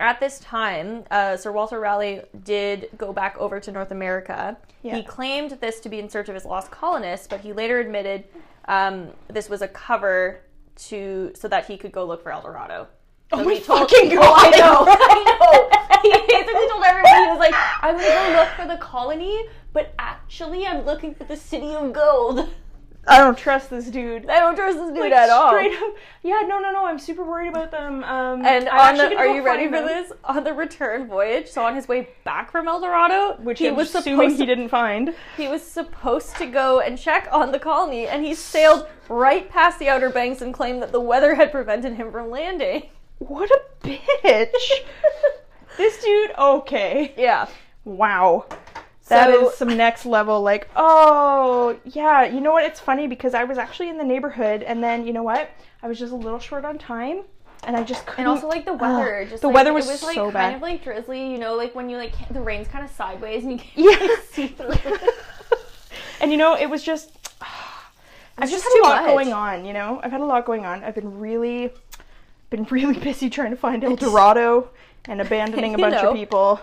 S2: at this time, uh, Sir Walter Raleigh did go back over to North America.
S1: Yeah.
S2: He claimed this to be in search of his lost colonists, but he later admitted um, this was a cover to so that he could go look for El Dorado.
S1: oh
S2: So
S1: my
S2: he told-
S1: fucking god!
S2: I know, I know. He basically told everybody he was like, "I'm gonna go look for the colony, but actually, I'm looking for the city of gold."
S1: I don't trust this dude.
S2: I don't trust this dude
S1: Like,
S2: at all.
S1: Straight up. Yeah, no, no, no. I'm super worried about them. Um,
S2: And
S1: I'm
S2: on the,
S1: actually gonna
S2: are
S1: go
S2: you ready
S1: find
S2: for
S1: them.
S2: this? On the return voyage, so on his way back from El Dorado,
S1: Which
S2: he
S1: I'm
S2: was
S1: assuming
S2: supposed
S1: he
S2: to,
S1: didn't find.
S2: he was supposed to go and check on the colony, and he sailed right past the Outer Banks and claimed that the weather had prevented him from landing.
S1: What a bitch! this dude. Okay.
S2: Yeah,
S1: Wow. That is
S2: So-
S1: some next level, like, oh, yeah, you know what? It's funny because I was actually in the neighborhood, and then, you know what? I was just a little short on time, and I just couldn't.
S2: and also like the weather,
S1: Ugh.
S2: just
S1: Ah, the
S2: like,
S1: weather was,
S2: it was like
S1: so
S2: kind
S1: bad.
S2: of like drizzly, you know, like when you like can't- the rain's kind of sideways and you can't
S1: Yeah.
S2: like, see through. it.
S1: and you know, it was just. I've just
S2: just
S1: had
S2: too
S1: a lot
S2: much.
S1: going on, you know. I've had a lot going on. I've been really, been really busy trying to find El Dorado and abandoning a
S2: You
S1: bunch
S2: know.
S1: of people.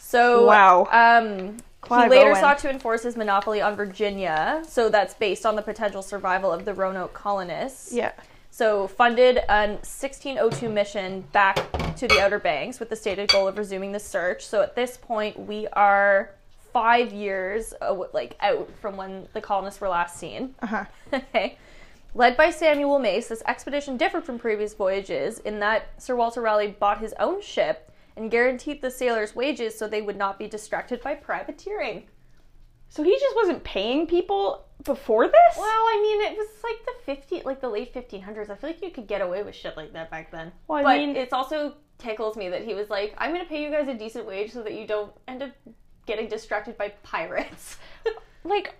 S2: So
S1: Wow.
S2: Um,
S1: Clive
S2: he later
S1: Owen.
S2: sought to enforce his monopoly on Virginia, so that's based on the potential survival of the Roanoke colonists.
S1: Yeah,
S2: So funded a 1602 mission back to the Outer Banks with the stated goal of resuming the search. So at this point, we are five years uh, like out from when the colonists were last seen.
S1: uh huh.
S2: Okay. Led by Samuel Mace, this expedition differed from previous voyages in that Sir Walter Raleigh bought his own ship and guaranteed the sailors wages so they would not be distracted by privateering.
S1: So he just wasn't paying people before this.
S2: Well, I mean, it was like the 50, like the late 1500s. I feel like you could get away with shit like that back then.
S1: Well, I
S2: but
S1: mean-
S2: it's also tickles me that he was like, "I'm going to pay you guys a decent wage so that you don't end up getting distracted by pirates."
S1: Like,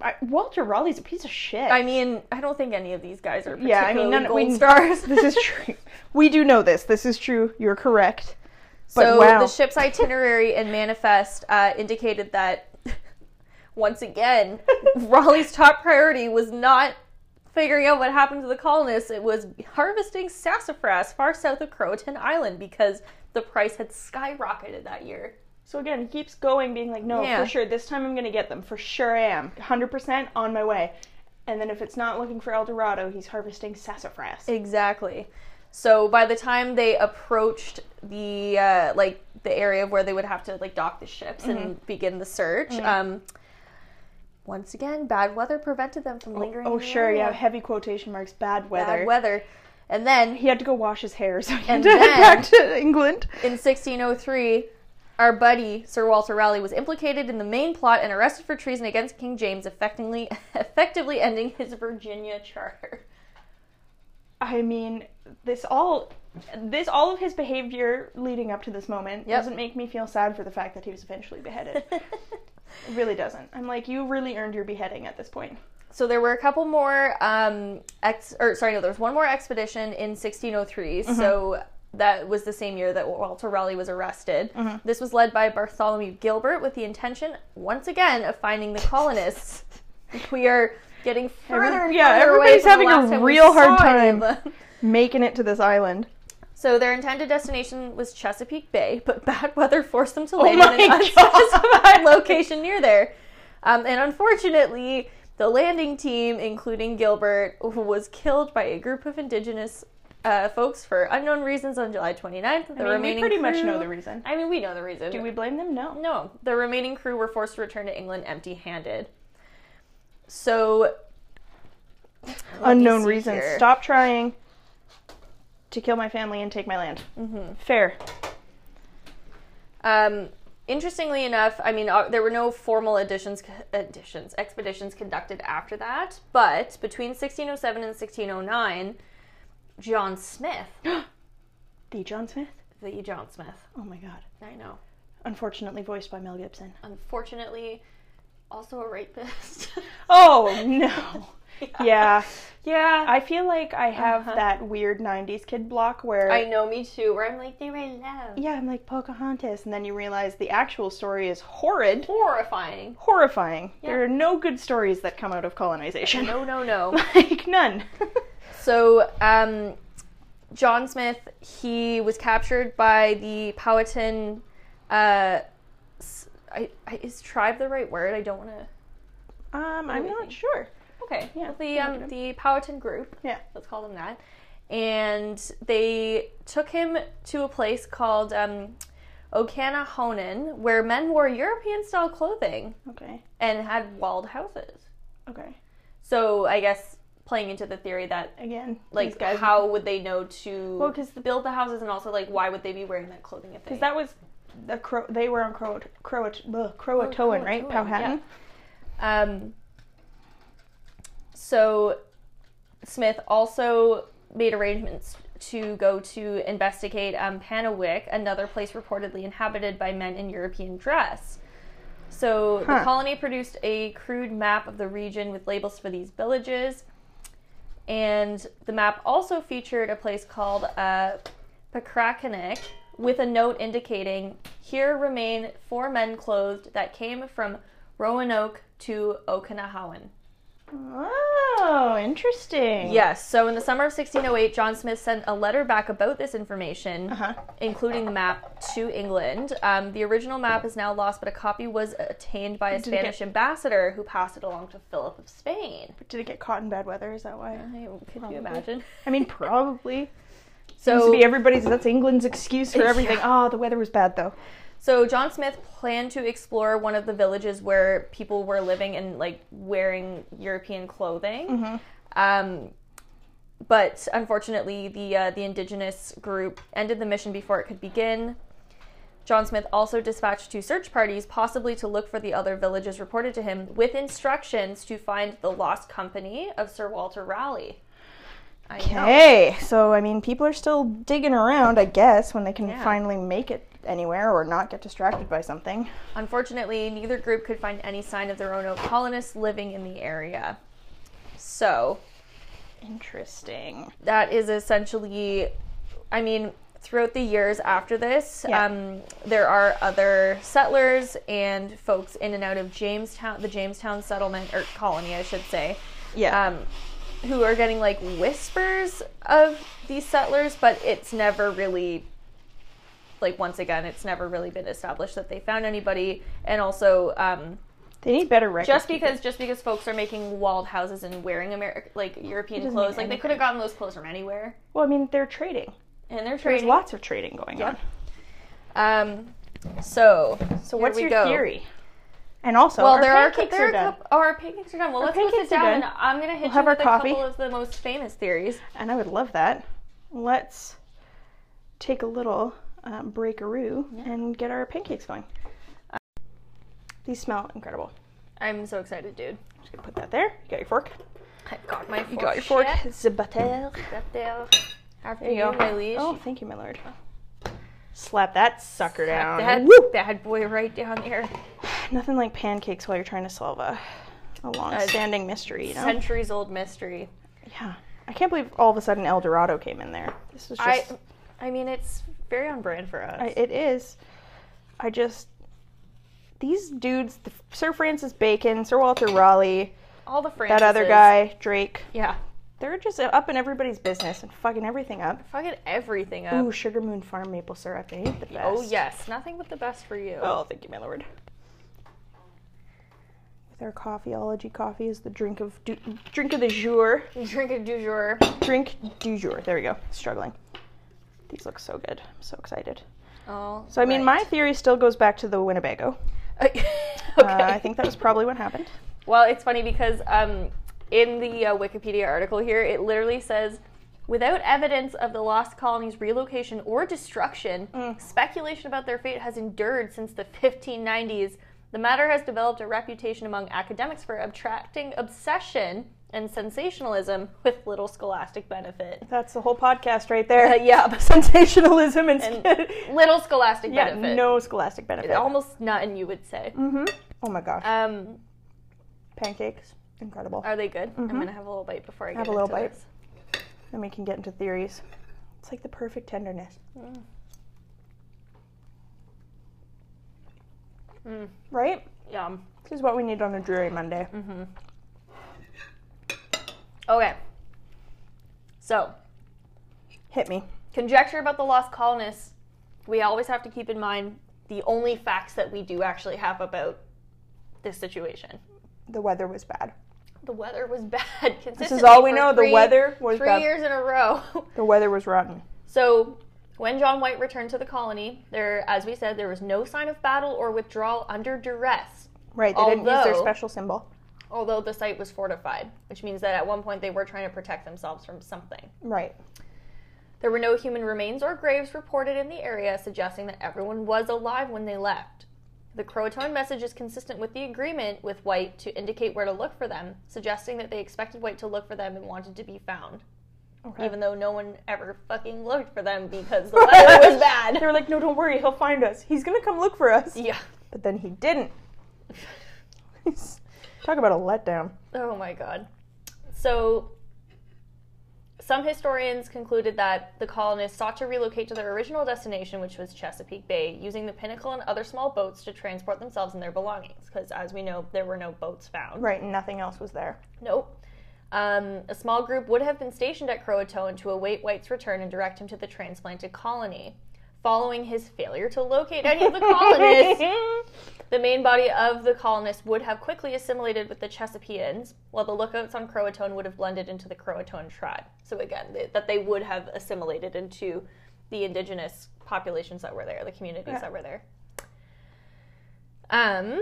S1: I, Walter Raleigh's a piece of shit.
S2: I mean, I don't think any of these guys are particularly
S1: Yeah, I mean, none-
S2: gold
S1: we-
S2: stars.
S1: this is true. We do know this. This is true. You're correct. But
S2: So
S1: wow.
S2: the ship's itinerary and manifest uh, indicated that once again, Raleigh's top priority was not figuring out what happened to the colonists. It was harvesting sassafras far south of Croatan Island because the price had skyrocketed that year.
S1: So again, he keeps going, being like, "No,
S2: Yeah.
S1: for sure. This time I'm gonna get them. For sure, I am. 100% on my way." And then if it's not looking for El Dorado, he's harvesting sassafras.
S2: Exactly. So by the time they approached the uh, like the area of where they would have to like dock the ships
S1: Mm-hmm.
S2: and begin the search, um, once again, bad weather prevented them from lingering.
S1: oh
S2: in the
S1: sure,
S2: area.
S1: yeah. Heavy quotation marks. Bad weather.
S2: bad weather. And then
S1: He had to go wash his hair, so he had
S2: And
S1: to
S2: then-
S1: head back to England.
S2: in 1603, our buddy Sir Walter Raleigh was implicated in the main plot and arrested for treason against King James, effectively effectively ending his Virginia charter.
S1: I mean, this all, this all of his behavior leading up to this moment
S2: Yep.
S1: doesn't make me feel sad for the fact that he was eventually beheaded. it really doesn't. I'm like, you really earned your beheading at this point.
S2: so there were a couple more um ex or sorry, no, there was one more expedition in 1603.
S1: Mm-hmm.
S2: So that was the same year that Walter Raleigh was arrested.
S1: Mm-hmm.
S2: This was led by Bartholomew Gilbert with the intention, once again, of finding the colonists. we are getting further
S1: Every-
S2: and
S1: yeah,
S2: further away
S1: everybody's
S2: from
S1: having
S2: the
S1: a
S2: last time we
S1: real hard
S2: saw any
S1: time.
S2: of them.
S1: Making it to this island.
S2: So their intended destination was Chesapeake Bay, but bad weather forced them to
S1: Oh
S2: land
S1: my
S2: in an
S1: God.
S2: unspecified location near there. Um, and unfortunately, the landing team, including Gilbert, was killed by a group of indigenous uh, folks for unknown reasons on July 29th. The
S1: I mean, we
S2: remaining
S1: pretty much
S2: crew-
S1: know the reason.
S2: I mean, we know the reason.
S1: Do we blame them? No.
S2: No, the remaining crew were forced to return to England empty-handed. So let me
S1: unknown
S2: see
S1: reasons.
S2: here.
S1: Stop trying to kill my family and take my land. Fair.
S2: Um, interestingly enough, I mean, uh, there were no formal additions, additions, expeditions conducted after that, but between 1607 and 1609, John Smith,
S1: The John Smith.
S2: the John Smith.
S1: Oh my god.
S2: I know.
S1: Unfortunately voiced by Mel Gibson.
S2: Unfortunately, also a rapist.
S1: Oh no. yeah.
S2: Yeah.
S1: I feel like I have
S2: Uh-huh.
S1: that weird 90s kid block where
S2: I know, me too. Where I'm like, they were in love.
S1: yeah, I'm like Pocahontas and then you realize the actual story is horrid,
S2: Horrifying.
S1: horrifying. There
S2: Yeah.
S1: are no good stories that come out of colonization.
S2: No, no, no.
S1: like none.
S2: So, um, John Smith, he was captured by the Powhatan. Uh, s- I, I, is tribe the right word? I don't want to.
S1: um I'm
S2: we
S1: not
S2: think?
S1: sure.
S2: Okay.
S1: Yeah,
S2: Well, the
S1: we'll look it
S2: um,
S1: up.
S2: the Powhatan group.
S1: Yeah.
S2: Let's call them that. And they took him to a place called um, Okanahonan, where men wore European style clothing
S1: Okay.
S2: and had walled houses.
S1: Okay.
S2: So I guess playing into the theory that
S1: Again,
S2: like
S1: these guys
S2: how would they know to
S1: Well, 'cause the-
S2: build the houses and also like why would they be wearing that clothing if they
S1: Because that was the Cro- they were on Croat Croat bleh, Croatoan, right?
S2: Oh, Croatoan,
S1: Powhatan.
S2: um so Smith also made arrangements to go to investigate um, Panawick, another place reportedly inhabited by men in European dress. So the
S1: Huh.
S2: colony produced a crude map of the region with labels for these villages, and the map also featured a place called uh, Pakrakenik with a note indicating here remain four men clothed that came from Roanoke to Okanahowan.
S1: Oh, interesting.
S2: Yes, so in the summer of 1608, John Smith sent a letter back about this information,
S1: Uh-huh.
S2: including the map, to England. Um, the original map is now lost, but a copy was obtained by a
S1: Didn't get-
S2: Spanish ambassador who passed it along to Philip of Spain.
S1: But did it get caught in bad weather? Is that why?
S2: I- Could
S1: Probably.
S2: you imagine?
S1: I mean, probably.
S2: So,
S1: Seems to be everybody's. That's England's excuse for
S2: Yeah.
S1: everything. Oh, the weather was bad though.
S2: So John Smith planned to explore one of the villages where people were living and like wearing European clothing. Um, but unfortunately, the uh, the indigenous group ended the mission before it could begin. John Smith also dispatched two search parties, possibly to look for the other villages reported to him, with instructions to find the lost company of Sir Walter Raleigh. I know.
S1: Okay, so I mean, people are still digging around, I guess, when they can
S2: Yeah.
S1: finally make it anywhere or not get distracted by something.
S2: Unfortunately, neither group could find any sign of the Roanoke colonists living in the area. So,
S1: Interesting.
S2: that is essentially, I mean, throughout the years after this,
S1: Yeah.
S2: um, there are other settlers and folks in and out of Jamestown, the Jamestown settlement or colony, I should say,
S1: Yeah.
S2: um, who are getting like whispers of these settlers, but it's never really. Like once again, it's never really been established that they found anybody, and also um,
S1: they need better records.
S2: just because just because folks are making walled houses and wearing American like European
S1: doesn't
S2: clothes,
S1: mean
S2: like they could have gotten those clothes from anywhere,
S1: Well, I mean, they're trading.
S2: and they're
S1: There's
S2: trading.
S1: lots of trading going on.
S2: Yep. Um, so
S1: So
S2: here
S1: what's
S2: we
S1: your
S2: go.
S1: theory? And also,
S2: Well,
S1: our
S2: there are,
S1: pancakes
S2: there are,
S1: are done.
S2: a couple. Oh, our pancakes are done. Well,
S1: Our
S2: let's go sit
S1: pancakes are
S2: down, and
S1: done.
S2: I'm gonna hit you
S1: have our
S2: with a
S1: coffee.
S2: couple of the most famous theories.
S1: and I would love that. Let's take a little um, breakaroo and get our pancakes going. Uh, These smell incredible.
S2: I'm so excited, dude.
S1: Just gonna put that there. You got your fork.
S2: I've got my fork.
S1: You got your fork.
S2: Shit.
S1: It's a butter.
S2: Got there. After
S1: There
S2: you,
S1: you go.
S2: my liege.
S1: Oh, thank you, my lord. Slap that sucker down.
S2: That
S1: Woo!
S2: bad boy right down there.
S1: Nothing like pancakes while you're trying to solve a, a long-standing mystery. You know?
S2: Centuries old mystery.
S1: yeah. I can't believe all of a sudden El Dorado came in there. This is just.
S2: I, I mean, it's very on brand for us.
S1: I, it is. I just these dudes, the, Sir Francis Bacon, Sir Walter Raleigh,
S2: All the Francis.
S1: that other guy Drake,
S2: Yeah.
S1: they're just up in everybody's business and fucking everything up.
S2: Fucking everything up.
S1: Ooh, Sugar Moon Farm maple syrup, they ain't the best.
S2: oh yes, nothing but the best for you.
S1: Oh, thank you, my lord. With our coffeeology, coffee is the drink of du- drink of the jour.
S2: Drink it du jour.
S1: Drink du jour. There we go. Struggling. These look so good. I'm so excited.
S2: Oh.
S1: So I mean, my theory still goes back to the Winnebago.
S2: okay.
S1: Uh, I think that was probably what happened.
S2: Well, it's funny because um, in the uh, Wikipedia article here, it literally says, without evidence of the lost colony's relocation
S1: Mm.
S2: or destruction, speculation about their fate has endured since the 1590s. The matter has developed a reputation among academics for attracting obsession and sensationalism with little scholastic benefit.
S1: That's the whole podcast right
S2: Uh,
S1: there.
S2: yeah,
S1: Sensationalism and,
S2: and little scholastic
S1: yeah,
S2: benefit.
S1: no scholastic benefit.
S2: Almost none, you would say.
S1: mm-hmm. Oh my gosh,
S2: Um,
S1: pancakes, incredible.
S2: are they good? I'm
S1: Mhm.
S2: gonna have a little bite before I get
S1: Have a little
S2: into
S1: bite.
S2: this.
S1: Then we can get into theories. It's like the perfect tenderness,
S2: Mm,
S1: right?
S2: yum.
S1: This is what we need on a dreary Monday.
S2: Mm-hmm. Okay. So,
S1: Hit me.
S2: conjecture about the lost colonists. We always have to keep in mind the only facts that we do actually have about this situation.
S1: The weather was bad.
S2: The weather was bad.
S1: This is all we know. The
S2: weather
S1: weather was
S2: three
S1: bad.
S2: years in a row.
S1: The weather was rotten.
S2: so, when John White returned to the colony, there, as we said, there was no sign of battle or withdrawal under duress.
S1: Right. They didn't use their
S2: Although-
S1: special symbol.
S2: Although the site was fortified, which means that at one point they were trying to protect themselves from something.
S1: Right.
S2: There were no human remains or graves reported in the area, suggesting that everyone was alive when they left. The Croatoan message is consistent with the agreement with White to indicate where to look for them, suggesting that they expected White to look for them and wanted to be found,
S1: Okay.
S2: even though no one ever fucking looked for them because the weather was
S1: And they
S2: bad.
S1: were like, "No, don't worry. He'll find us. He's gonna come look for us."
S2: Yeah.
S1: But then he didn't. Talk about a letdown.
S2: Oh my god. So, some historians concluded that the colonists sought to relocate to their original destination, which was Chesapeake Bay, using the pinnacle and other small boats to transport themselves and their belongings, because as we know, there were no boats found.
S1: Right. and Nothing else was there.
S2: Nope. Um, a small group would have been stationed at Croatoan to await White's return and direct him to the transplanted colony. Following his failure to locate any of the colonists, the main body of the colonists would have quickly assimilated with the Chesapeans, while the lookouts on Croatoan would have blended into the Croatoan tribe. So again, they, that they would have assimilated into the indigenous populations that were there, the communities
S1: Yeah.
S2: that were there. Um,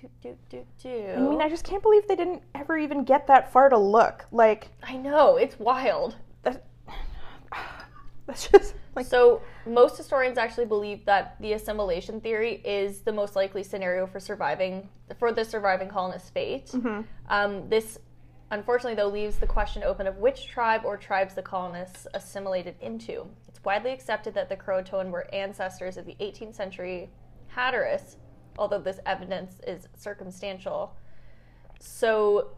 S2: do do do do.
S1: I mean, I just can't believe they didn't ever even get that far to look. Like,
S2: I know it's wild.
S1: that, that's just like
S2: So, most historians actually believe that the assimilation theory is the most likely scenario for surviving for the surviving colonist's fate. Um, this, unfortunately, though, leaves the question open of which tribe or tribes the colonists assimilated into. It's widely accepted that the Croatoan were ancestors of the 18th century Hatteras, although this evidence is circumstantial. So,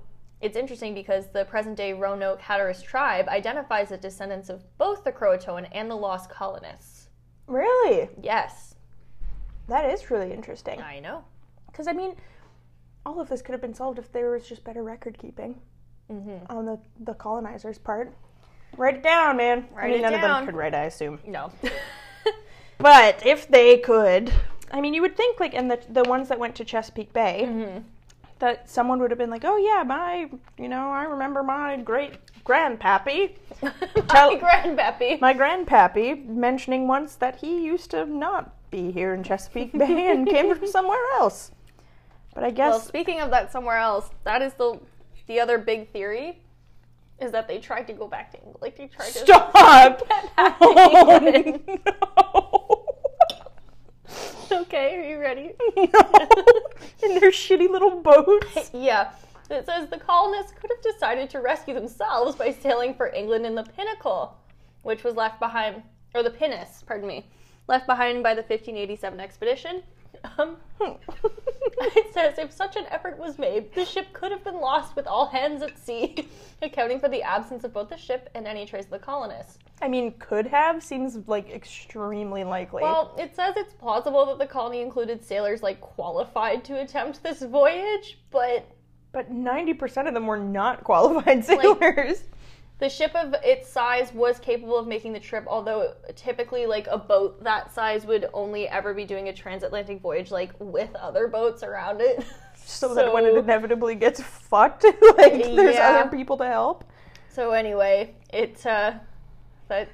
S2: it's interesting because the present day Roanoke Hatteras tribe identifies as descendants of both the Croatoan and the lost colonists.
S1: really,
S2: Yes,
S1: that is really interesting.
S2: I know.
S1: Because I mean, all of this could have been solved if there was just better record keeping
S2: Mm-hmm.
S1: on the the colonizers' part. Write it down, man. I
S2: Write
S1: mean,
S2: it
S1: none of
S2: down.
S1: them could write, I assume.
S2: No.
S1: But if they could, I mean, you would think like, and the the ones that went to Chesapeake Bay,
S2: Mhm.
S1: that someone would have been like, oh yeah, my, you know, I remember my great grandpappy, Tell-
S2: My grandpappy.
S1: my grandpappy mentioning once that he used to not be here in Chesapeake Bay and came from somewhere else. But I
S2: Well,
S1: guess
S2: speaking of that somewhere else, that is the the other big theory is that they tried to go back to England. Like they tried to
S1: stop.
S2: get back to
S1: Oh,
S2: England.
S1: no.
S2: Okay, are you ready?
S1: no. In their shitty little boats.
S2: Yeah. It says the colonists could have decided to rescue themselves by sailing for England in the Pinnacle, which was left behind or the Pinnace, pardon me, left behind by the 1587 expedition. Um, It says if such an effort was made, the ship could have been lost with all hands at sea, accounting for the absence of both the ship and any trace of the colonists.
S1: I mean, could have seems like extremely likely.
S2: Well, it says it's plausible that the colony included sailors like qualified to attempt this voyage, but
S1: but 90% of them were not qualified sailors.
S2: the ship of its size was capable of making the trip, although typically like a boat that size would only ever be doing a transatlantic voyage like with other boats around it.
S1: so, that when it
S2: so-
S1: inevitably gets fucked, like there's
S2: Yeah.
S1: other people to help.
S2: So anyway, it uh, that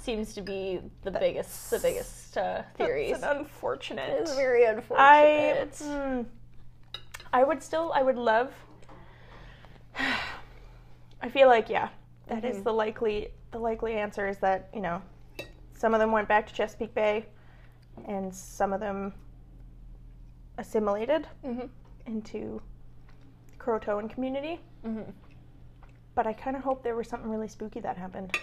S2: seems to be the biggest the biggest uh, theories.
S1: It's an unfortunate.
S2: It's very unfortunate.
S1: I hmm. I would still I would love I feel like yeah, that is the likely the likely answer is that, you know, some of them went back to Chesapeake Bay and some of them assimilated
S2: Mhm.
S1: into the Croatoan community.
S2: Mhm.
S1: But I kind of hope there was something really spooky that happened.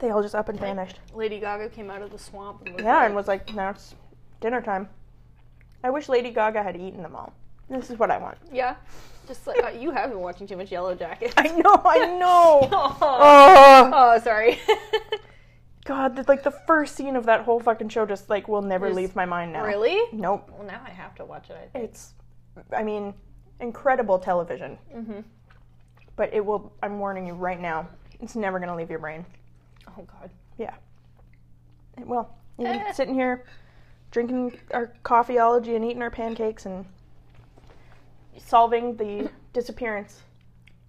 S1: They all just up and vanished.
S2: Lady Gaga came out of the swamp. And was
S1: Yeah,
S2: like,
S1: and was like, now it's dinner time. I wish Lady Gaga had eaten them all. This is what I want.
S2: yeah, just like uh, you have been watching too much Yellow Jackets.
S1: I know, I know.
S2: oh,
S1: oh
S2: oh, sorry.
S1: God, the, like the first scene of that whole fucking show just like will never
S2: Is-
S1: leave my mind now.
S2: really?
S1: Nope.
S2: Well, now I have to watch it. I think.
S1: It's, I mean, incredible television.
S2: Mhm.
S1: But it will. I'm warning you right now. It's never gonna leave your brain.
S2: Oh God.
S1: It will. Even
S2: Eh.
S1: sitting here, drinking our coffeeology and eating our pancakes and solving the disappearance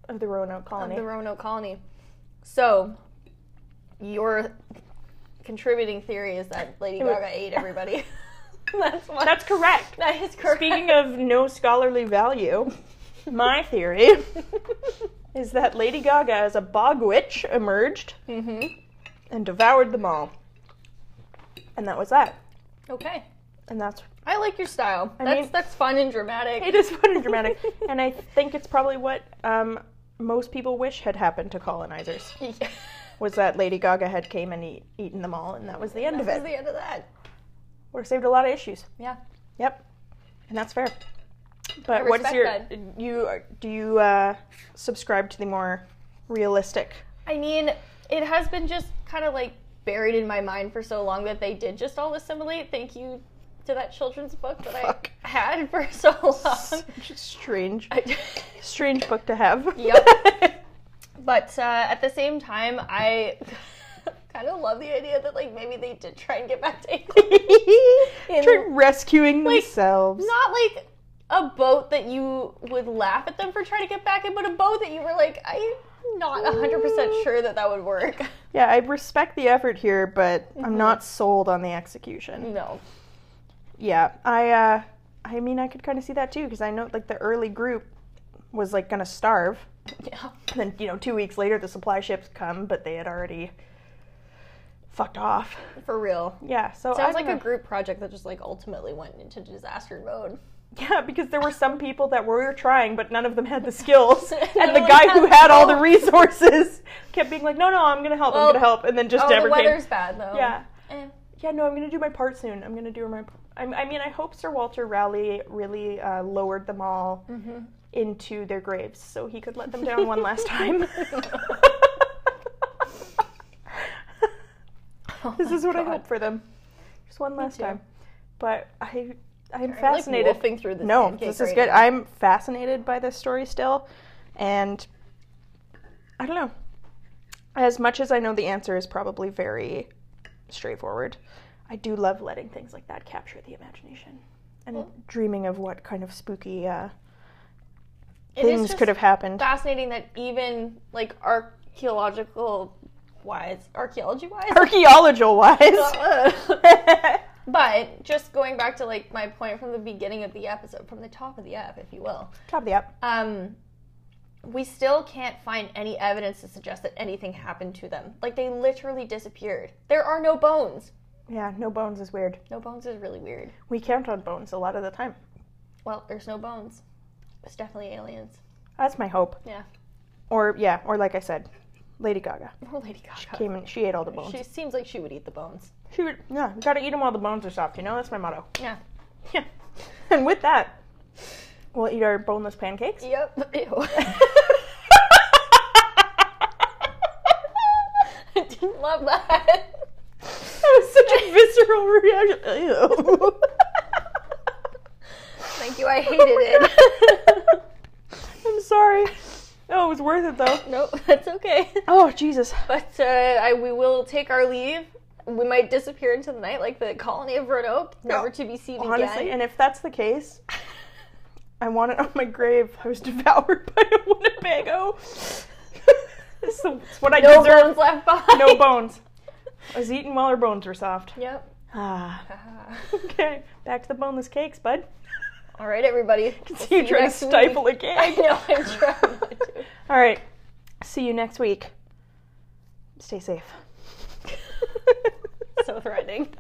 S1: of the Roanoke
S2: Of
S1: colony.
S2: the Roanoke colony. So, your contributing theory is that Lady
S1: It was-
S2: Gaga ate everybody. That's what,
S1: That's correct.
S2: That is correct.
S1: Speaking of no scholarly value, my theory is that Lady Gaga as a bog witch emerged
S2: hmm
S1: and devoured them all. And that was that.
S2: Okay.
S1: And that's
S2: I like your style.
S1: I
S2: that's
S1: mean-
S2: that's fun and dramatic.
S1: it is fun and dramatic. and I think it's probably what um, most people wish had happened to colonizers. was that Lady Gaga had came and eat, eaten them all, and that was the end
S2: that
S1: of
S2: was
S1: it.
S2: the end of that.
S1: We're saved a lot of issues.
S2: Yeah.
S1: Yep, and that's fair. But
S2: I
S1: what's
S2: respect
S1: your you do you uh, subscribe to the more realistic?
S2: I mean, it has been just kind of like buried in my mind for so long that they did just all assimilate. Thank you to that children's book that
S1: Fuck.
S2: I had for so long.
S1: strange,
S2: I-
S1: strange book to have.
S2: Yep. But uh, at the same time, I kind of love the idea that like maybe they did try and get back to England. In-
S1: Try rescuing
S2: Like,
S1: themselves.
S2: Not like a boat that you would laugh at them for trying to get back in, but a boat that you were like, I'm not 100% sure that that would work.
S1: yeah, I respect the effort here, but
S2: Mm-hmm.
S1: I'm not sold on the execution.
S2: No.
S1: Yeah, I uh I mean I could kind of see that too because I know like the early group was like going to starve.
S2: Yeah.
S1: And then, you know, 2 weeks later the supply ships come, but they had already fucked off.
S2: For real.
S1: Yeah, so I
S2: Sounds
S1: don't
S2: like a
S1: know.
S2: group project that just like ultimately went into disaster mode.
S1: Yeah, because there were some people that were trying but none of them had the skills.
S2: None
S1: and
S2: of
S1: the
S2: them
S1: guy who
S2: had
S1: had all the
S2: both.
S1: resources kept being like, "No, no, I'm going to help. I'm
S2: Well,
S1: going to help." And then just
S2: oh,
S1: never
S2: the
S1: came.
S2: weather's bad though.
S1: Yeah.
S2: Eh.
S1: Yeah, no, I'm going to do my part soon. I'm going to do my I I mean, I hope Sir Walter Raleigh really uh, lowered them all
S2: Mm-hmm.
S1: into their graves so he could let them down one last time.
S2: Oh
S1: this
S2: my
S1: is what I
S2: God.
S1: hope for them. Just one last
S2: too.
S1: time. But I I'm
S2: I'm, like,
S1: fascinated.
S2: wolfing through this
S1: no,
S2: pancake
S1: this is
S2: right
S1: good.
S2: now.
S1: I'm fascinated by this story still and I don't know. As much as I know the answer is probably very straightforward, I do love letting things like that capture the imagination and
S2: Well-
S1: dreaming of what kind of spooky uh,
S2: It is
S1: things
S2: just-
S1: could have happened.
S2: fascinating that even like archaeological wise, archaeology wise,
S1: Archaeological wise.
S2: uh. but just going back to like my point from the beginning of the episode, from the top of the app, if you will,
S1: Top of the app.
S2: um, we still can't find any evidence to suggest that anything happened to them. Like they literally disappeared. There are no bones.
S1: Yeah, no bones is weird.
S2: No bones is really weird.
S1: We count on bones a lot of the time.
S2: Well, there's no bones. It's definitely aliens.
S1: That's my hope.
S2: Yeah,
S1: Or yeah, or like I said, Lady Gaga
S2: poor Lady Gaga.
S1: came and she ate all the bones.
S2: Uh, She seems like she would eat the bones.
S1: She would yeah, we gotta eat them while the bones are soft. You know, that's my motto.
S2: Yeah.
S1: Yeah. And with that, we'll eat our boneless pancakes.
S2: Yep. Ew. I didn't love that.
S1: That was such a visceral reaction. Ew.
S2: Thank you, I hated it.
S1: I'm sorry. Oh, it was worth it though.
S2: nope, that's okay.
S1: Oh Jesus.
S2: But uh, I, we will take our leave. We might disappear into the night like the colony of Roanoke, never to be seen
S1: Honestly,
S2: again.
S1: and if that's the case, I want it on my grave. I was devoured by a Winnebago. it's, the, it's what I
S2: no
S1: deserve.
S2: bones left behind.
S1: No bones. I was eating while her bones were soft.
S2: Yep.
S1: Ah.
S2: Ah.
S1: Okay, back to the boneless cakes, bud.
S2: All right, everybody. We'll
S1: See you trying to
S2: next week.
S1: stifle a
S2: I
S1: cake.
S2: know, I'm trying not to.
S1: All right. See you next week. Stay safe.
S2: so threatening.